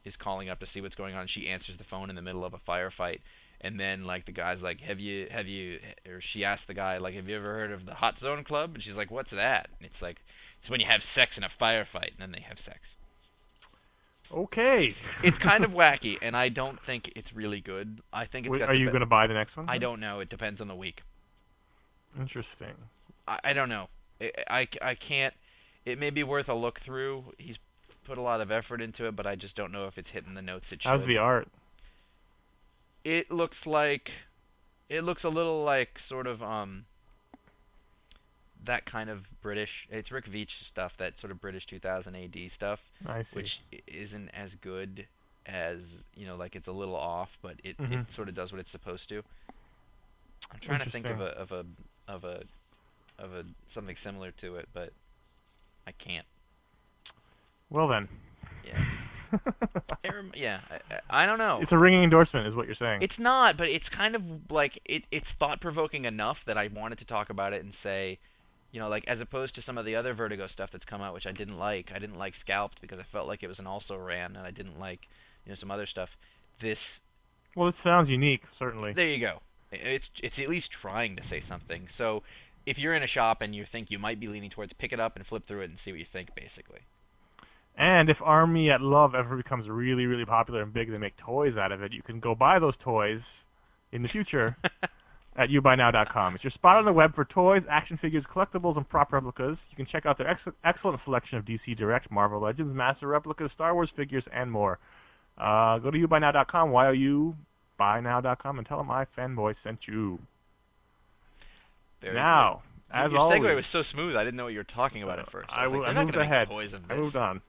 is calling up to see what's going on. She answers the phone in the middle of a firefight, and then like the guy's like, "Have you have you?" Or she asks the guy like, "Have you ever heard of the Hot Zone Club?" And she's like, "What's that?" And it's like, "It's when you have sex in a firefight," and then they have sex.
Okay.
It's kind of wacky, and I don't think it's really good. I think it's.
Wait,
got
are
the
you
be-
going to buy the next one?
I don't know. It depends on the week.
Interesting.
I, I don't know. I, I, I can't. It may be worth a look through. He's put a lot of effort into it, but I just don't know if it's hitting the notes it should.
How's the art?
it looks like it looks a little like sort of um that kind of British. It's Rick Veitch stuff, that sort of British 2000 AD stuff,
I see.
which i- isn't as good as you know, like it's a little off, but it it
Mhm.
sort of does what it's supposed to. I'm trying to think of a of a of a of a something similar to it, but I can't.
well then.
Yeah. It rem- yeah, I- I, I don't know.
It's a ringing endorsement, is what you're saying.
It's not, but it's kind of like it it's thought provoking enough that I wanted to talk about it and say, you know, like as opposed to some of the other Vertigo stuff that's come out which I didn't like. I didn't like Scalped because I felt like it was an also ran and I didn't like, you know, some other stuff. This
well, it sounds unique, certainly.
there you go. I- It's it's at least trying to say something. So if you're in a shop and you think you might be leaning towards pick it up and flip through it and see what you think basically.
And if Army at Love ever becomes really, really popular and big, they make toys out of it. You can go buy those toys in the future at youbuynow.com. It's your spot on the web for toys, action figures, collectibles, and prop replicas. You can check out their ex- excellent selection of DC Direct, Marvel Legends, Master Replicas, Star Wars figures, and more. Uh, go to youbuynow.com, Y-O-U, buynow.com, and tell them I fanboy sent you.
Very
now,
good.
as
your
always,
segue was so smooth. I didn't know what you were talking about
Uh,
at first.
I
was
will-
like,
I
they're not
moved
gonna make
ahead.
Toys of
I
this.
moved on.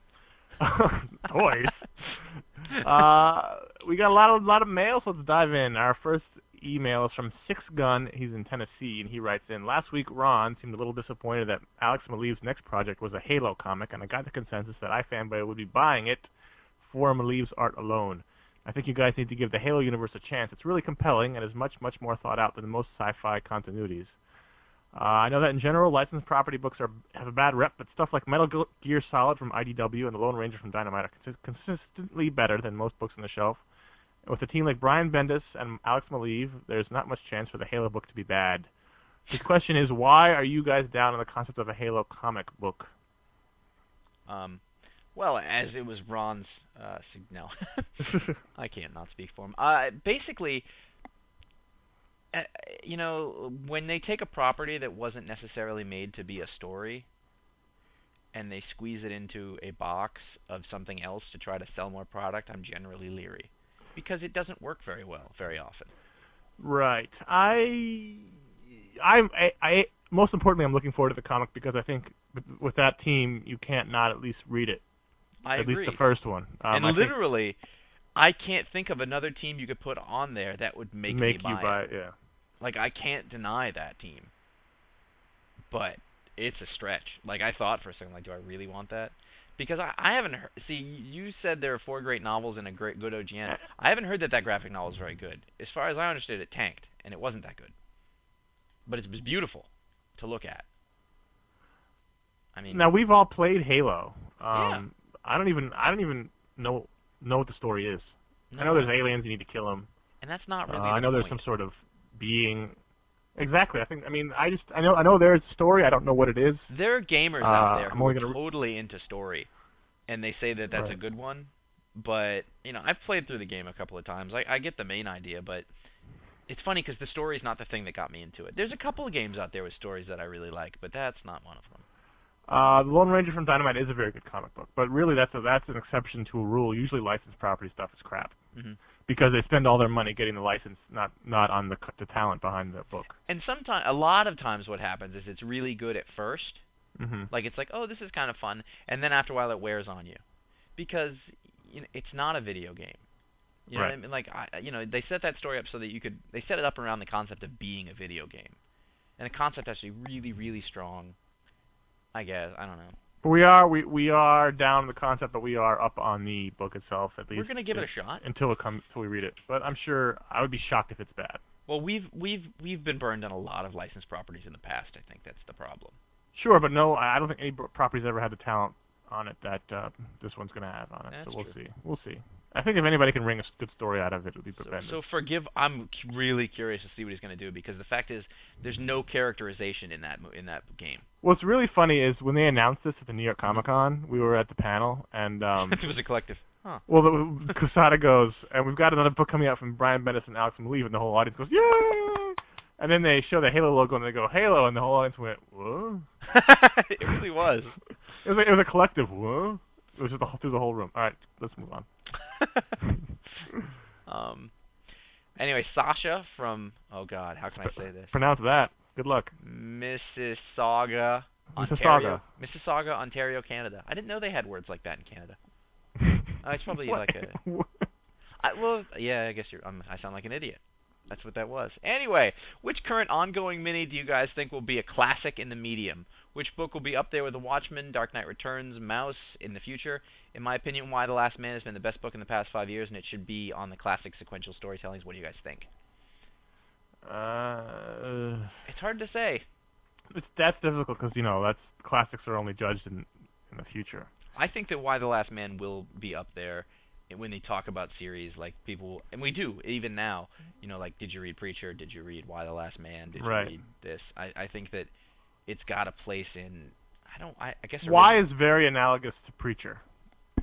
toys. uh, we got a lot of lot of mail, so let's dive in. Our first email is from Six Gun. He's in Tennessee, and he writes in. Last week, Ron seemed a little disappointed that Alex Maleev's next project was a Halo comic, and I got the consensus that iFanboy would be buying it for Maleev's art alone. I think you guys need to give the Halo universe a chance. It's really compelling and is much, much more thought out than most sci-fi continuities. Uh, I know that in general, licensed property books are have a bad rep, but stuff like Metal Gil- Gear Solid from IDW and The Lone Ranger from Dynamite are consi- consistently better than most books on the shelf. With a team like Brian Bendis and Alex Maleev, there's not much chance for the Halo book to be bad. His question is, why are you guys down on the concept of a Halo comic book?
Um, well, as it was Ron's uh, signal, I can't not speak for him. Uh, basically, uh, you know, when they take a property that wasn't necessarily made to be a story, and they squeeze it into a box of something else to try to sell more product, I'm generally leery because it doesn't work very well very often.
Right. I, I'm, I, I, most importantly, I'm looking forward to the comic because I think with, with that team, you can't not at least read it.
I
at
agree.
least the first one. Um,
and
I think
literally, I can't think of another team you could put on there that would make, me
you
buy it.
buy it. Yeah.
Like I can't deny that team. But it's a stretch. Like I thought for a second, like, do I really want that? Because I, I haven't heard. See, you said there are four great novels and a great good OGN. I haven't heard that that graphic novel is very good. As far as I understood, it tanked and it wasn't that good. But it was beautiful to look at. I mean,
Now we've all played Halo. Um I don't even I don't even know know what the story is. I know
no,
there's aliens you need to kill them.
and that's not
uh,
really.
I
the
know there's some
point.
sort of being Exactly. I think I mean I just I know I know there's a story. I don't know what it is.
There are gamers
Uh,
out there
I'm
who
only
are
gonna re-
totally into story, and they say that that's a
Right.
good one. But you know, I've played through the game a couple of times. I, I get the main idea, but it's funny because the story's not the thing that got me into it. There's a couple of games out there with stories that I really like, but that's not one of them.
Uh The Lone Ranger from Dynamite is a very good comic book, but really that's a that's an exception to a rule. Usually licensed property stuff is crap
hmm
because they spend all their money getting the license, not not on the c- the talent behind the book.
And sometimes, a lot of times, what happens is it's really good at first,
Mhm.
Like it's like, oh, this is kind of fun, and then after a while it wears on you, because you know, it's not a video game. You know what I
Right.
mean? Like I, you know, they set that story up so that you could. They set it up around the concept of being a video game, and the concept has to be really, really strong. I guess I don't know.
But we are we we are down on the concept, but we are up on the book itself at least.
We're gonna give it
if-
a shot.
until it comes until we read it. But I'm sure I would be shocked if it's bad.
Well, we've we've we've been burned on a lot of licensed properties in the past. I think that's the problem.
Sure, but no, I I don't think any pro- property's ever had the talent on it that uh, this one's gonna have on it.
That's
so we'll
true.
see. We'll see. I think if anybody can wring a s- good story out of it, it'll be
So,
Bendis.
so forgive. I'm c- really curious to see what he's gonna do because the fact is, there's no characterization in that mo- in that game.
What's really funny is when they announced this at the New York Comic Con, we were at the panel, and um,
it was a collective. Huh.
Well, the Casada goes, and we've got another book coming out from Brian Bendis and Alex Maleev, and the whole audience goes, yay! And then they show the Halo logo, and they go, Halo, and the whole audience went, whoa.
it really was.
It was, like, it was a collective, whoa. It was just the, whole- through the whole room. All right, let's move on.
um. Anyway, Sasha from oh god, how can I say this?
Pronounce that. Good luck.
Mississauga, Ontario. Mississauga. Ontario, Canada. I didn't know they had words like that in Canada. Uh, it's probably
What?
like a- I well, yeah, I guess you're. Um, I sound like an idiot. That's what that was. Anyway, which current ongoing mini do you guys think will be a classic in the medium? Which book will be up there with The Watchmen, Dark Knight Returns, Mouse in the future? In my opinion, Why the Last Man has been the best book in the past five years, and it should be on the classic sequential storytellings. What do you guys think?
Uh,
It's hard to say.
it's, that's difficult because you know that's classics are only judged in in the future.
I think that Why the Last Man will be up there when they talk about series like people and we do even now you know like did you read preacher did you read why the last man did
Right.
you read this i i think that it's got a place in i don't i, I guess
Why
origi-
is very analogous to Preacher,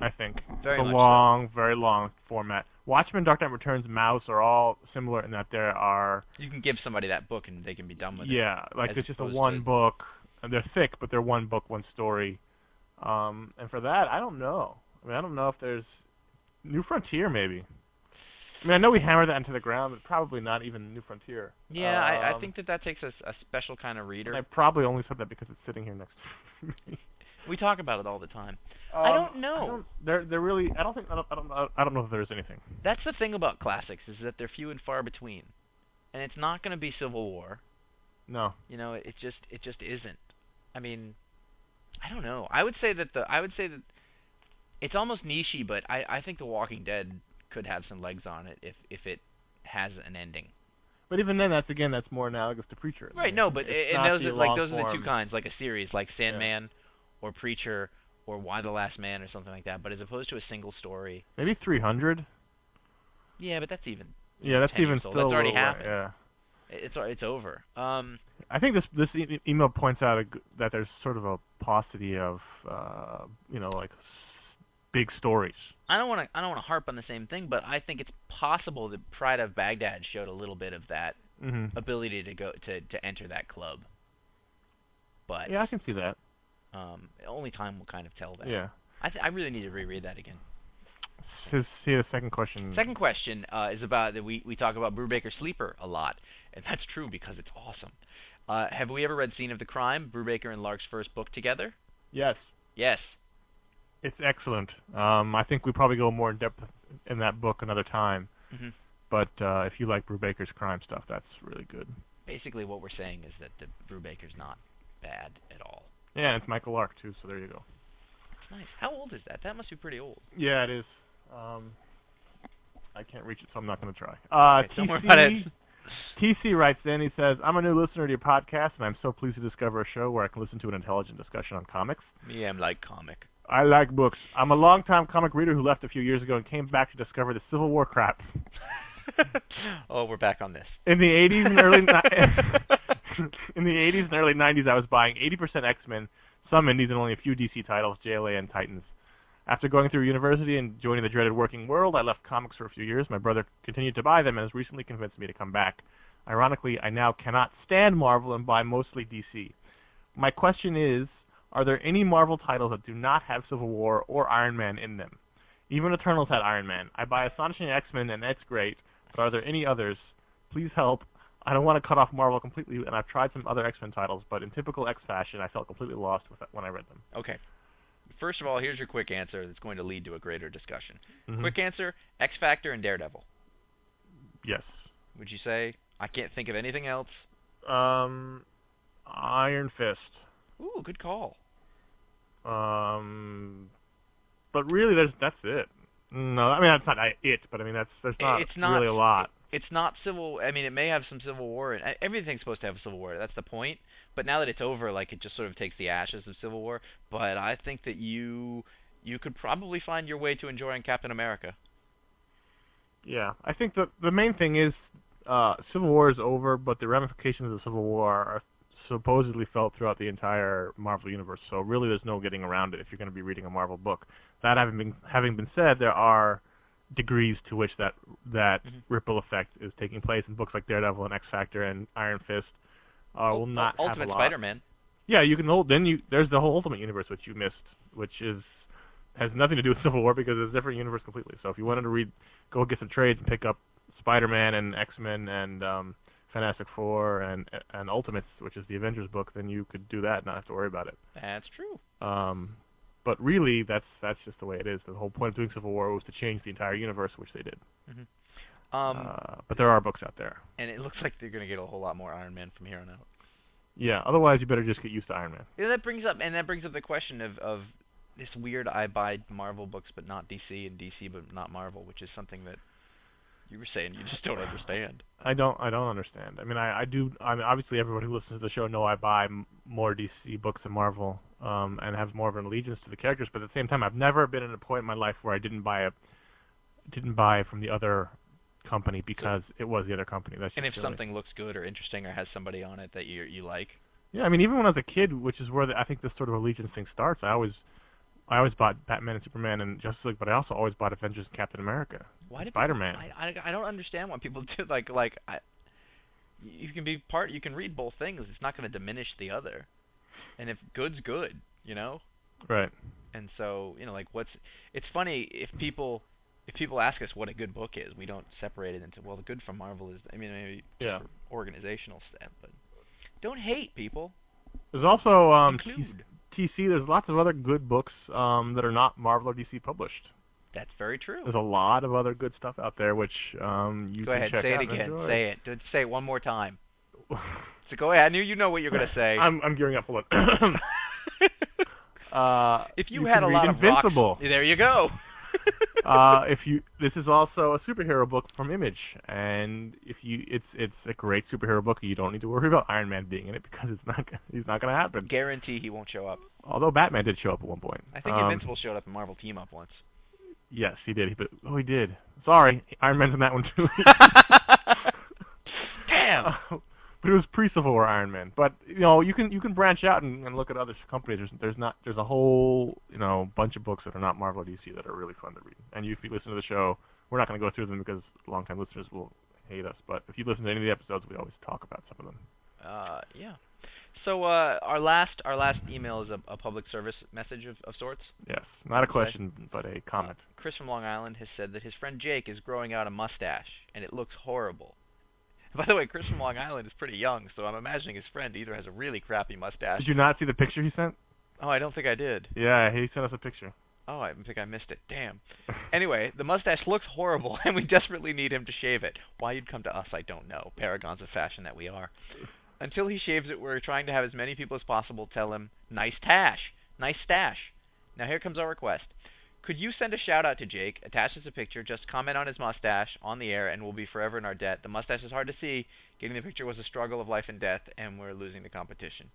I think.
Very
the
much so.
long, very long format. Watchmen, Dark Knight Returns, Mouse are all similar in that there are
you can give somebody that book and they can be done with it
yeah, like
as
it's just a
opposed
one
to-
book. And they're thick, but they're one book, one story. Um, and for that, I don't know. I mean, I don't know if there's New Frontier maybe. I mean, I know we hammered that into the ground, but probably not even New Frontier.
yeah I, I
Um,
think that that takes a, s- a special kind of reader
and I probably only said that because it's sitting here next to me.
we talk about it all the time
Um,
don't know.
I don't, they're they're really. I don't think. I don't. I don't, I don't know if there's anything.
That's the thing about classics is that they're few and far between, and it's not going to be Civil War.
No.
You know, it just it just isn't. I mean, I don't know. I would say that the I would say that it's almost nichey, but I I think The Walking Dead could have some legs on it if if it has an ending.
But even then, that's again, that's more analogous to preacher.
Right. No, but
It's
i-
not
and those
the
are like
long
those are the
form.
two kinds, like a series, like Sandman or Preacher or Why the Last Man or something like that. But as opposed to a single story,
Maybe 300.
yeah, but that's even
Yeah, that's even
Tangential.
still.
That's already
a little way-
happened.
Yeah.
it's it's over. Um.
I think this this e- e- email points out a g that there's sort of a paucity of uh, you know like s- big stories.
I don't want to I don't want to harp on the same thing, but I think it's possible that Pride of Baghdad showed a little bit of that
Mm-hmm.
ability to go to to enter that club. But
Yeah, I can see that.
um only time will kind of tell that.
Yeah.
I th- I really need to reread that again.
His, see the second question.
Second question uh is about that we we talk about Brubaker Sleeper a lot, and that's true because it's awesome. Uh have we ever read Scene of the Crime, Brubaker and Lark's first book together?
Yes.
Yes.
It's excellent. Um, I think we probably go more in depth in that book another time.
Mhm.
But uh, if you like Brubaker's crime stuff, that's really good.
Basically what we're saying is that the Brubaker's not bad at all.
Yeah, and it's Michael Lark too, so there you go.
It's nice. How old is that? That must be pretty old.
Yeah, it is. Um, I can't reach it, so I'm not going to try. Uh,
Okay, don't worry
TC
about it.
TC writes in. He says, "I'm a new listener to your podcast, and I'm so pleased to discover a show where I can listen to an intelligent discussion on comics.
Me, I'm like comic.
I like books. I'm a longtime comic reader who left a few years ago and came back to discover the Civil War crap."
oh, we're back on this.
In the 80s and early ni- in the 80s and early 90s, I was buying 80% X-Men, some indies, and only a few DC titles, JLA and Titans. After going through university and joining the dreaded working world, I left comics for a few years. My brother continued to buy them and has recently convinced me to come back. Ironically, I now cannot stand Marvel and buy mostly DC. My question is, are there any Marvel titles that do not have Civil War or Iron Man in them? Even Eternals had Iron Man. I buy Astonishing X-Men and that's great, but are there any others? Please help. I don't want to cut off Marvel completely, and I've tried some other X-Men titles, but in typical X fashion, I felt completely lost with when I read them.
Okay. First of all, here's your quick answer that's going to lead to a greater discussion.
Mhm.
Quick answer X Factor and Daredevil.
Yes.
Would you say? I can't think of anything else.
Um, Iron Fist.
Ooh, good call.
Um, but really, there's that's it. No, I mean that's not I, it, but I mean that's there's not,
It's not-
really a lot.
It's not Civil I mean, it may have some Civil War. In, e- everything's supposed to have a Civil War. That's the point. But now that it's over, like, it just sort of takes the ashes of Civil War. But I think that you. You could probably find your way to enjoying Captain America.
Yeah, I think the the main thing is uh, Civil War is over, but the ramifications of the Civil War are supposedly felt throughout the entire Marvel universe. So really, there's no getting around it if you're going to be reading a Marvel book. That having been having been said, there are degrees to which that that
Mhm.
ripple effect is taking place, and books like Daredevil and X Factor and Iron Fist uh, will
Ul-
not
Ultimate
have a lot.
Spider-Man.
Yeah, you can hold. Then you there's the whole Ultimate Universe which you missed, which is has nothing to do with Civil War because it's a different universe completely. So if you wanted to read, go get some trades and pick up Spider-Man and X-Men and um, Fantastic Four and and Ultimates, which is the Avengers book, then you could do that and not have to worry about it.
That's true.
Um, but really, that's that's just the way it is. The whole point of doing Civil War was to change the entire universe, which they did.
Um,
uh, but there are books out there.
and it looks like they're gonna get a whole lot more Iron Man from here on out.
Yeah. Otherwise, you better just get used to Iron Man.
Yeah, that brings up and that brings up the question of of this weird I buy Marvel books but not DC and DC but not Marvel, which is something that you were saying you just don't understand.
I don't. I don't understand. I mean, I, I do. I mean, obviously, everyone who listens to the show know I buy m- more DC books than Marvel, um, and have more of an allegiance to the characters. But at the same time, I've never been in a point in my life where I didn't buy a didn't buy from the other company because it was the other company. That's just
And if
silly.
something looks good or interesting or has somebody on it that you you like,
Yeah, I mean, even when I was a kid, which is where the, I think this sort of allegiance thing starts. I always, I always bought Batman and Superman and Justice League, but I also always bought Avengers and Captain America,
why did
Spider-Man.
people, I, I I don't understand why people do like like I you can be part you can read both things. It's not going to diminish the other. And if good's good, you know,
right.
and so you know like what's it's funny if people if people ask us what a good book is we don't separate it into well the good from marvel is i mean maybe
Yeah.
for organizational stuff but don't hate people
There's also um,
include
TC. There's lots of other good books um, that are not Marvel or DC published.
that's very true
There's a lot of other good stuff out there which um, you
go
can
ahead
check
say
out
it again say it Just say it one more time
it.
so go ahead i knew you know what you're going to say
I'm I'm gearing up. Hold on. uh,
if you,
you
had
can
a
read
lot
Invincible.
of rocks there you go
uh, if you this is also a superhero book from Image, and if you it's it's a great superhero book. You don't need to worry about Iron Man being in it because it's not gonna- he's not going to happen.
guarantee he won't show up
Although Batman did show up at one point.
i think
Um,
invincible showed up in marvel team up once
Yes, he did. He, but oh, he did. Sorry, Iron Man's in that one too.
damn
Uh, but it was pre-Civil War Iron Man. But you know, you can you can branch out and, and look at other companies. There's there's not there's a whole you know bunch of books that are not Marvel or DC that are really fun to read. And if you listen to the show, we're not going to go through them because long-time listeners will hate us. But if you listen to any of the episodes, we always talk about some of them.
Uh, yeah. So uh, our last our last email is a, a public service message of, of sorts.
Yes, not a
Okay.
question, but a comment.
Chris from Long Island has said that his friend Jake is growing out a mustache and it looks horrible. By the way, Chris from Long Island is pretty young, so I'm imagining his friend either has a really crappy mustache.
Did you not see the picture he sent?
Oh, I don't think Uh, I did.
Yeah, he sent us a picture.
Oh, I think I missed it. Damn. Anyway, the mustache looks horrible, and we desperately need him to shave it. Why you'd come to us, I don't know. Paragons of fashion that we are. Until he shaves it, we're trying to have as many people as possible tell him, "Nice tash, nice stash." Now here comes our request. Could you send a shout out to Jake? Attach us a picture. Just comment on his mustache on the air, and we'll be forever in our debt. The mustache is hard to see. Getting the picture was a struggle of life and death, and we're losing the competition.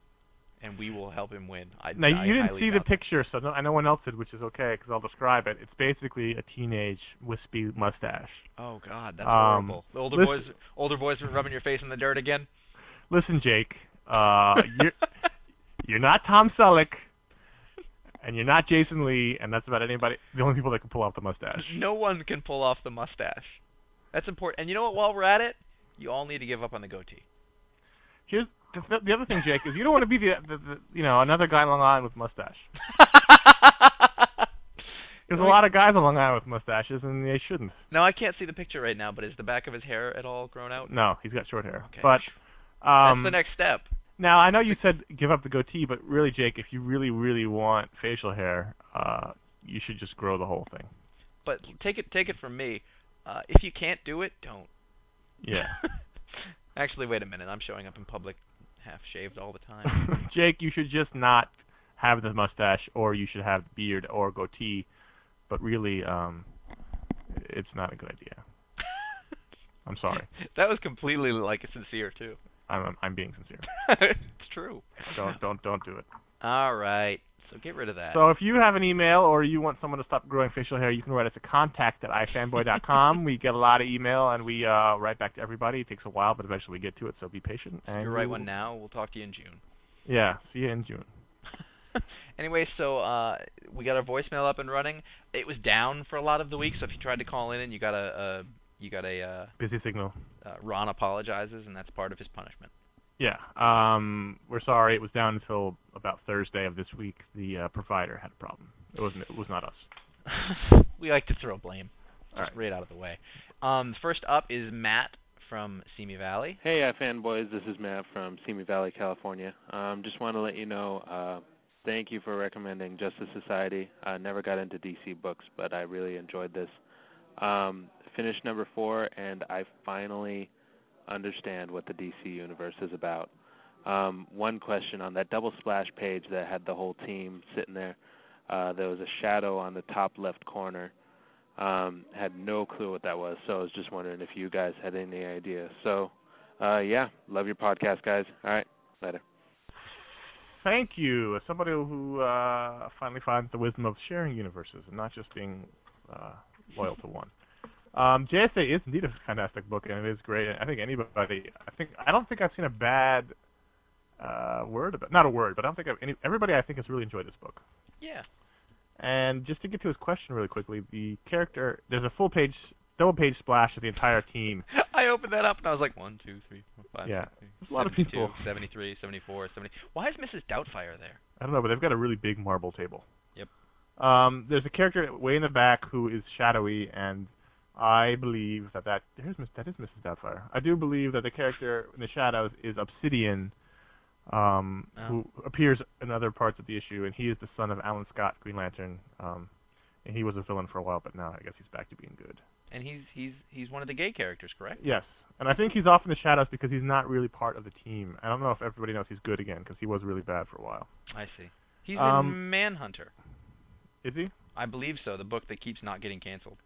And we will help him win. I,
Now
I
you didn't
highly
see
doubt
the
that.
picture, so no, I know one else did, which is okay because I'll describe it. It's basically a teenage wispy mustache.
Oh God, that's
Um,
horrible. The older
listen-
boys, older boys were rubbing your face in the dirt again.
Listen, Jake, uh, you're, you're not Tom Selleck, and you're not Jason Lee, and that's about anybody. The only people that can pull off the mustache.
no one can pull off the mustache. That's important. And you know what? While we're at it, you all need to give up on the goatee.
Here's the, the other thing, Jake, is you don't want to be the, the, the you know another guy on Long Island with mustache. There's a lot of guys on Long Island with mustaches, and they shouldn't.
Now I can't see the picture right now, but is the back of his hair at all grown out?
No, he's got short hair.
Okay.
But um,
that's the next step.
now I know you said give up the goatee, but really, Jake, if you really, really want facial hair, uh, you should just grow the whole thing.
But take it, take it from me. Uh, if you can't do it, don't.
Yeah.
Actually, wait a minute. I'm showing up in public, half shaved all the time.
Jake, you should just not have the mustache, or you should have beard or goatee. But really, um, it's not a good idea. I'm sorry.
that was completely like sincere too.
I'm I'm being sincere.
it's true.
Don't don't don't do it.
All right. So get rid of that.
So if you have an email or you want someone to stop growing facial hair, you can write us at contact at ifanboy.com. we get a lot of email and we uh, write back to everybody. It takes a while, but eventually we get to it. So be patient. And
you write
we-
one now. We'll talk to you in June.
Yeah. See you in June.
anyway, so uh, we got our voicemail up and running. It was down for a lot of the week, so if you tried to call in and you got a, a you got a uh,
Busy signal.
uh, Ron apologizes, and that's part of his punishment.
Yeah. Um, we're sorry. It was down until about Thursday of this week. The uh, provider had a problem. It wasn't. It was not us.
we like to throw blame
All
just
right.
right out of the way. Um, first up is Matt from Simi Valley.
Hey, uh, fanboys. This is Matt from Simi Valley, California. Um, just want to let you know, uh, thank you for recommending Justice Society. I never got into DC books, but I really enjoyed this. Um, finished number four, and I finally understand what the DC universe is about. Um, one question on that double splash page that had the whole team sitting there. Uh, there was a shadow on the top left corner. Um, had no clue what that was, so I was just wondering if you guys had any idea. So, uh, yeah, love your podcast, guys. All right, later.
Thank you. As Somebody who uh, finally finds the wisdom of sharing universes and not just being uh, loyal to one. Um, JSA is indeed a fantastic book, and it is great. I think anybody, I think, I don't think I've seen a bad uh, word about, not a word, but I don't think I've, any, everybody I think has really enjoyed this book.
Yeah.
And just to get to his question really quickly, the character, there's a full page, double page splash of the entire team.
I opened that up and I was like, one, two, three, four, five,
Yeah.
six,
There's a lot of
72,
people.
73, 74, 70. Why is Mrs. Doubtfire there?
I don't know, but they've got a really big marble table.
Yep.
Um, there's a character way in the back who is shadowy, and I believe that that here's Miss, that is Mrs. Doubtfire. I do believe that the character in the shadows is Obsidian, um,
Oh.
who appears in other parts of the issue, and he is the son of Alan Scott, Green Lantern. Um, and he was a villain for a while, but now I guess he's back to being good.
And he's he's he's one of the gay characters, correct?
Yes, and I think he's off in the shadows because he's not really part of the team. I don't know if everybody knows he's good again because he was really bad for a while.
I see. He's in
Um,
Manhunter.
Is he?
I believe so, the book that keeps not getting canceled.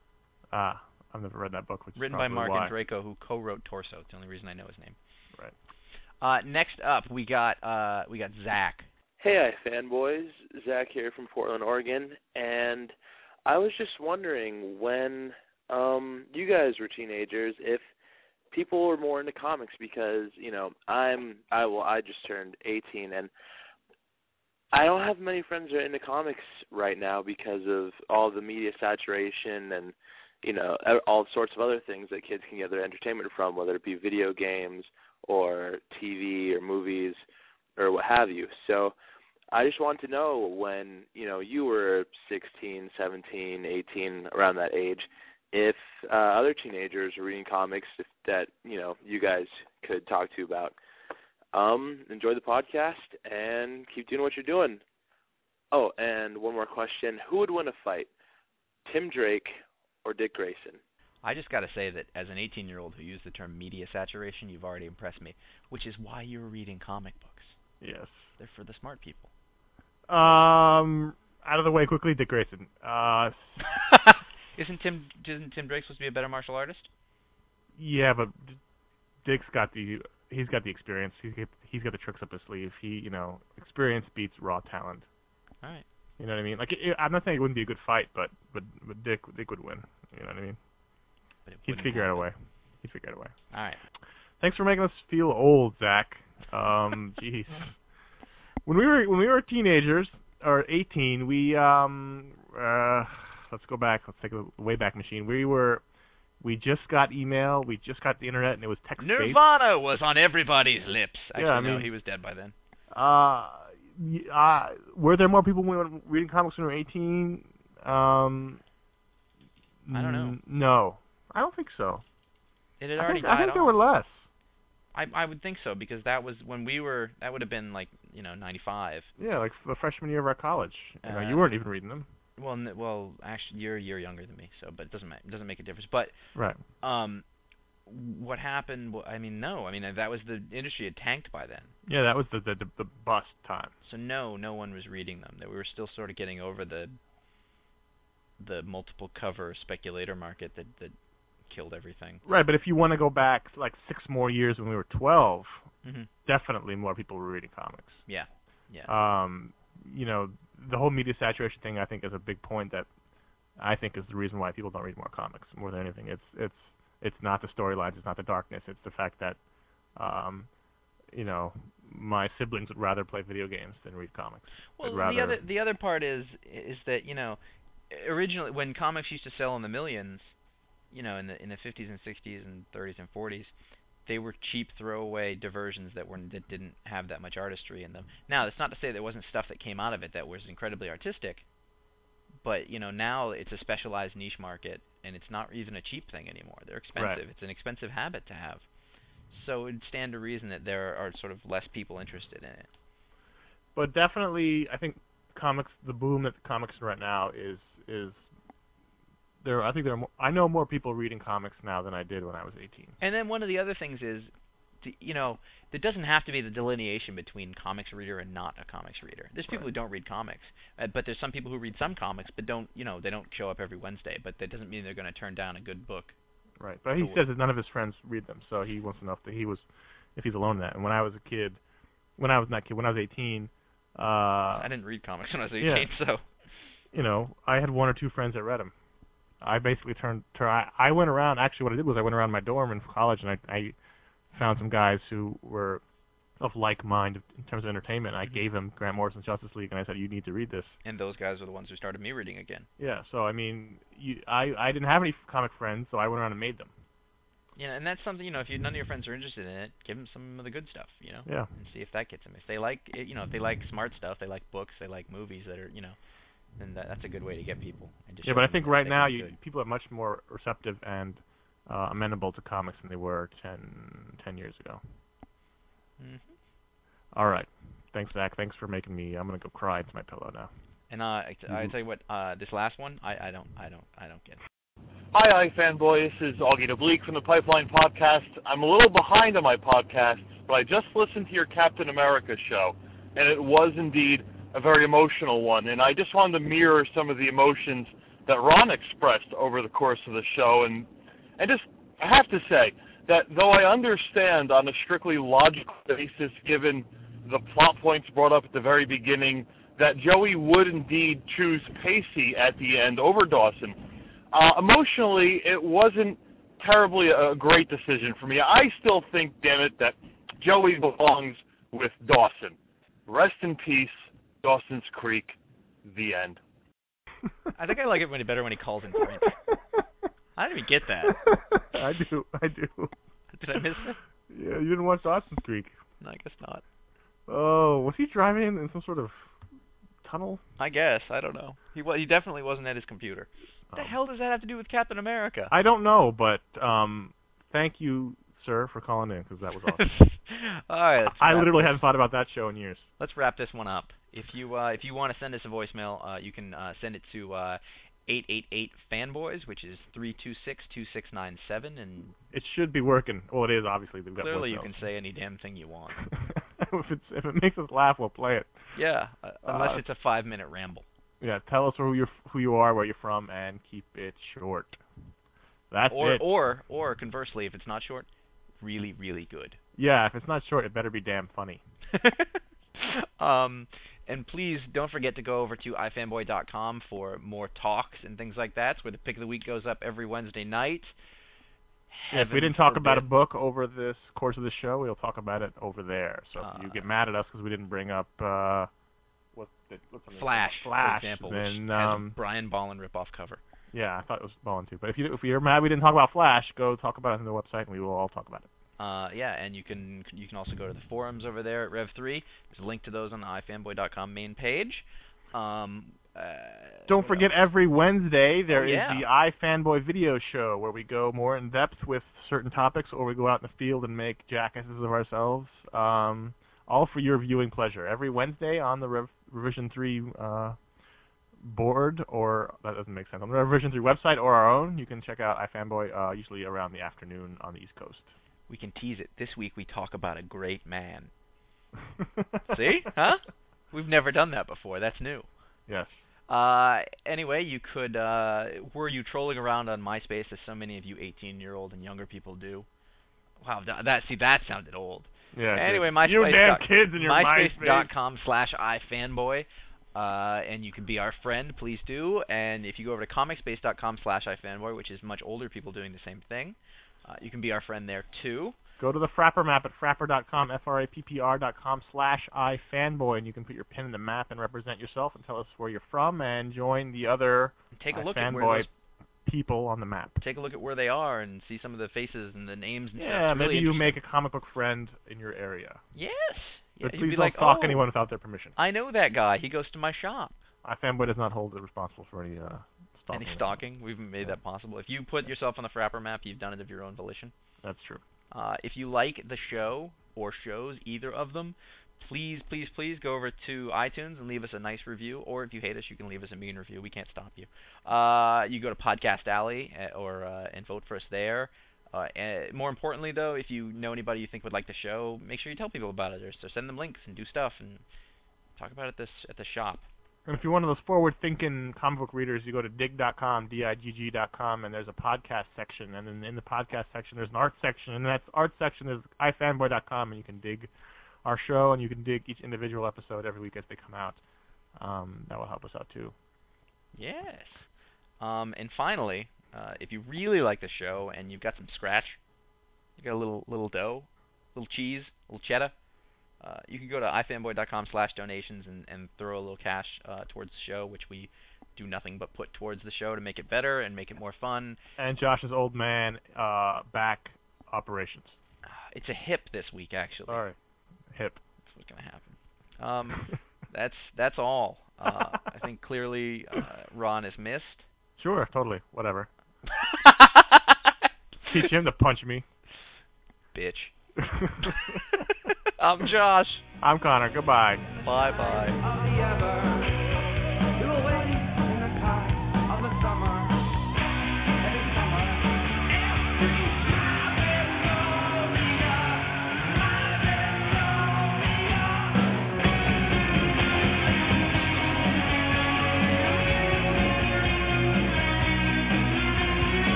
Ah, I've never read that book. Which
Written
is
by
probably
Mark
why.
and Draco, who co-wrote Torso. It's the only reason I know his name.
Right.
Uh, next up, we got uh, we got Zach.
Hey, I fanboys. Zach here from Portland, Oregon, and I was just wondering when um you guys were teenagers if people were more into comics because, you know, I'm I well I just turned 18 and I don't have many friends that are into comics right now because of all the media saturation and you know e, all sorts of other things that kids can get their entertainment from whether it be video games or TV or movies or what have you. So I just want to know when, you know, you were 16, 17, 18, around that age, if uh, other teenagers were reading comics if, that, you know, you guys could talk to about. Um, enjoy the podcast and keep doing what you're doing. Oh, and one more question. Who would win a fight, Tim Drake or Dick Grayson?
I just got to say that as an 18-year-old who used the term media saturation, you've already impressed me, which is why you're reading comic books.
Yes.
They're for the smart people.
Um, out of the way quickly, Dick Grayson. Uh,
isn't Tim isn't Tim Drake supposed to be a better martial artist?
yeah, but D- Dick's got the he's got the experience. He's got, he's got the tricks up his sleeve. He, you know, experience beats raw talent.
All right.
You know what I mean? Like, it, I'm not saying it wouldn't be a good fight, but but, but Dick Dick would win. You know what I mean?
But it
He'd
wouldn't
figure out a
happen.
way. He'd figure out a way.
All right.
Thanks for making us feel old, Zach. Um, jeez. When we were when we were teenagers or 18, we um uh let's go back. Let's take a wayback machine. We were we just got email. We just got the internet, and it was text based.
Nirvana was on everybody's lips.
Yeah,
Actually,
I
no,
mean-
he was dead by then.
Uh, y- uh, were there more people when we were reading comics when we were 18? Um,
I don't know.
n- No, I don't think so.
It had
I
already
think,
died
I think there
off.
were less.
I I would think so because that was when we were that would have been like you know 95.
Yeah, like the freshman year of our college. You know,
Uh,
you weren't even reading them.
Well, n- well, actually you're a year younger than me, so but it doesn't ma- it doesn't make a difference. But
Right.
um, what happened? wa- I mean, no, I mean that was the industry had tanked by then.
Yeah, that was the the the, the bust time.
So no, no one was reading them. That we were still sort of getting over the the multiple cover speculator market that that killed everything.
Right, but if you want to go back like six more years when we were 12,
Mm-hmm.
definitely more people were reading comics.
Yeah, yeah.
Um, you know, the whole media saturation thing I think is a big point that I think is the reason why people don't read more comics more than anything. It's it's it's not the storylines, it's not the darkness, it's the fact that um you know, my siblings would rather play video games than read comics.
Well,
I'd rather-
the other the other part is is that you know, originally when comics used to sell in the millions, you know, in the in the 50s and 60s and 30s and 40s, they were cheap throwaway diversions that were that didn't have that much artistry in them. Now, that's not to say there wasn't stuff that came out of it that was incredibly artistic, but you know, now it's a specialized niche market and it's not even a cheap thing anymore. They're expensive. It's an expensive habit to have. So it would stand to reason that there are sort of less people interested in it.
but definitely I think comics the boom that the comics in right now is is there I think there are more, I know more people reading comics now than I did when I was 18.
And then one of the other things is, to, you know, there doesn't have to be the delineation between comics reader and not a comics reader. There's people who don't read comics, uh, but there's some people who read some comics, but don't, you know, they don't show up every Wednesday. But that doesn't mean they're going to turn down a good book.
Right. But he
So-
says that none of his friends read them, so he wants to know if he was if he's alone in that. And when I was a kid, when I was not a kid, when I was 18, uh
I didn't read comics when I was 18,
yeah.
so
you know, I had one or two friends that read them. I basically turned. Tur- I, I went around. Actually, what I did was I went around my dorm in college, and I, I found some guys who were of like mind in terms of entertainment.
Mm-hmm.
And I gave them Grant Morrison's Justice League, and I said, "You need to read this."
and those guys were the ones who started me reading again.
Yeah. So I mean, you, I I didn't have any comic friends, so I went around and made them.
You know, and that's something you know. If you, none of your friends are interested in it, give them some of the good stuff. You know,
Yeah.
Oh. and see if that gets them. If they like, it, you know, if they like smart stuff, they like books, they like movies that are, you know, then that, that's a good way to get people. And just
Yeah,
show
but I
them
think
that
right
they
now
can be
you
good.
people are much more receptive and uh, amenable to comics than they were ten ten years ago.
Mhm.
All right. Thanks, Zach. Thanks for making me. I'm gonna go cry into my pillow now.
And uh, I, t-
Mm-hmm.
I tell you what, uh, this last one, I, I don't, I don't, I don't get. it.
Hi, I fanboy. This is Augie DeBleek from the Pipeline Podcast. I'm a little behind on my podcast, but I just listened to your Captain America show, and it was indeed a very emotional one. And I just wanted to mirror some of the emotions that Ron expressed over the course of the show. And and just I have to say that though I understand on a strictly logical basis, given the plot points brought up at the very beginning, that Joey would indeed choose Pacey at the end over Dawson. Uh, emotionally, it wasn't terribly a great decision for me. I still think, damn it, that Joey belongs with Dawson. Rest in peace, Dawson's Creek. The end.
I think I like it when better when he calls in Frank. I don't even get that.
I do. I do.
Did I miss it?
Yeah, you didn't watch Dawson's Creek.
No, I guess not.
Oh, was he driving in some sort of tunnel?
I guess I don't know. He wa- he definitely wasn't at his computer. What
Um,
the hell does that have to do with Captain America?
I don't know, but um, thank you, sir, for calling in because that was awesome.
All right. let's
I
wrap
literally
this.
haven't thought about that show in years.
Let's wrap this one up. If you uh, if you want to send us a voicemail, uh, you can uh, send it to uh, 888 fanboys, which is three two six two six nine seven, and
It should be working. Well, it is obviously. We've got
clearly you
voicemails.
can say any damn thing you want.
if it's if it makes us laugh, we'll play it.
Yeah, uh, unless
Uh,
it's a five minute ramble.
Yeah, tell us who you who you are, where you're from, and keep it short. That's
or
it.
or or conversely, if it's not short, really really good.
yeah, if it's not short, it better be damn funny.
um, and please don't forget to go over to ifanboy.com for more talks and things like that. It's where the pick of the week goes up every Wednesday night.
if we
Heaven
didn't talk about a
forbid.
book over this course of the show, we'll talk about it over there. So if you
Uh,
get mad at us because we didn't bring up uh, what the, what's the name?
Flash,
Flash,
for example,
then
which has a
um,
Brian Ballin ripoff cover.
yeah, I thought it was Ballin too. But if you if you're mad we didn't talk about Flash, go talk about it on the website, and we will all talk about it.
Uh, yeah, and you can you can also go to the forums over there at Rev3. There's a link to those on the ifanboy.com main page. Um, uh,
Don't
what
forget
else?
every Wednesday there
Oh,
is
yeah.
the iFanboy video show where we go more in depth with certain topics, or we go out in the field and make jackasses of ourselves. Um, all for your viewing pleasure. Every Wednesday on the Rev- Revision Three uh, board, or that doesn't make sense on the Revision Three website or our own. You can check out iFanboy uh, usually around the afternoon on the East Coast.
we can tease it. This week we talk about a great man. See? Huh? We've never done that before. That's new.
Yes.
Uh, anyway, you could uh, were you trolling around on MySpace as so many of you 18-year-old and younger people do. Wow, tha- that see that sounded old.
Yeah. it
anyway,
is.
MySpace.
You damn
dot-
kids in your
MySpace.com slash iFanboy. Uh, and you can be our friend, please do. And if you go over to comicspace.com slash ifanboy, which is much older people doing the same thing, uh, you can be our friend there too.
Go to the Frapper map at frapper.com, F-R-A-P-P-R dot com slash iFanboy, and you can put your pin in the map and represent yourself and tell us where you're from and join the other
Take a look at where
iFanboy
those-
people on the map.
take a look at where they are and see some of the faces and the names. and
Yeah,
stuff. It's
maybe
really
you
interesting.
make a comic book friend in your area.
Yes. Yeah,
But
you'd
please
be
don't
like,
stalk
"Oh,
anyone without their permission.
I know that guy. He goes to my shop.
iFanboy does not hold it responsible for any uh, stalking.
Any stalking? We've made
Yeah.
that possible. If you put yourself on the Frapper map, you've done it of your own volition.
That's true.
Uh, if you like the show or shows, either of them, please, please, please go over to iTunes and leave us a nice review. Or if you hate us, you can leave us a mean review. We can't stop you. Uh, you go to Podcast Alley eh, or uh, and vote for us there. Uh, eh, more importantly, though, if you know anybody you think would like the show, make sure you tell people about it, or so send them links and do stuff and talk about it at this at the shop.
And if you're one of those forward-thinking comic book readers, you go to dig.com, D-I-G-G dot com, and there's a podcast section. And then in the podcast section, there's an art section. And in that art section is ifanboy.com, and you can dig our show, and you can dig each individual episode every week as they come out. Um, that will help us out, too.
Yes. Um, and finally, uh, if you really like the show and you've got some scratch, you got a little little dough, little cheese, little cheddar, uh, you can go to ifanboy.com slash donations and, and throw a little cash uh, towards the show, which we do nothing but put towards the show to make it better and make it more fun.
And Josh's old man uh, back operations.
Uh, It's a hip this week, actually.
Sorry. Hip.
That's what's going to happen. Um, that's that's all. Uh, I think clearly uh, Ron is missed.
Sure, totally. Whatever. Teach him to punch me.
Bitch. I'm Josh.
I'm Connor. Goodbye.
Bye bye.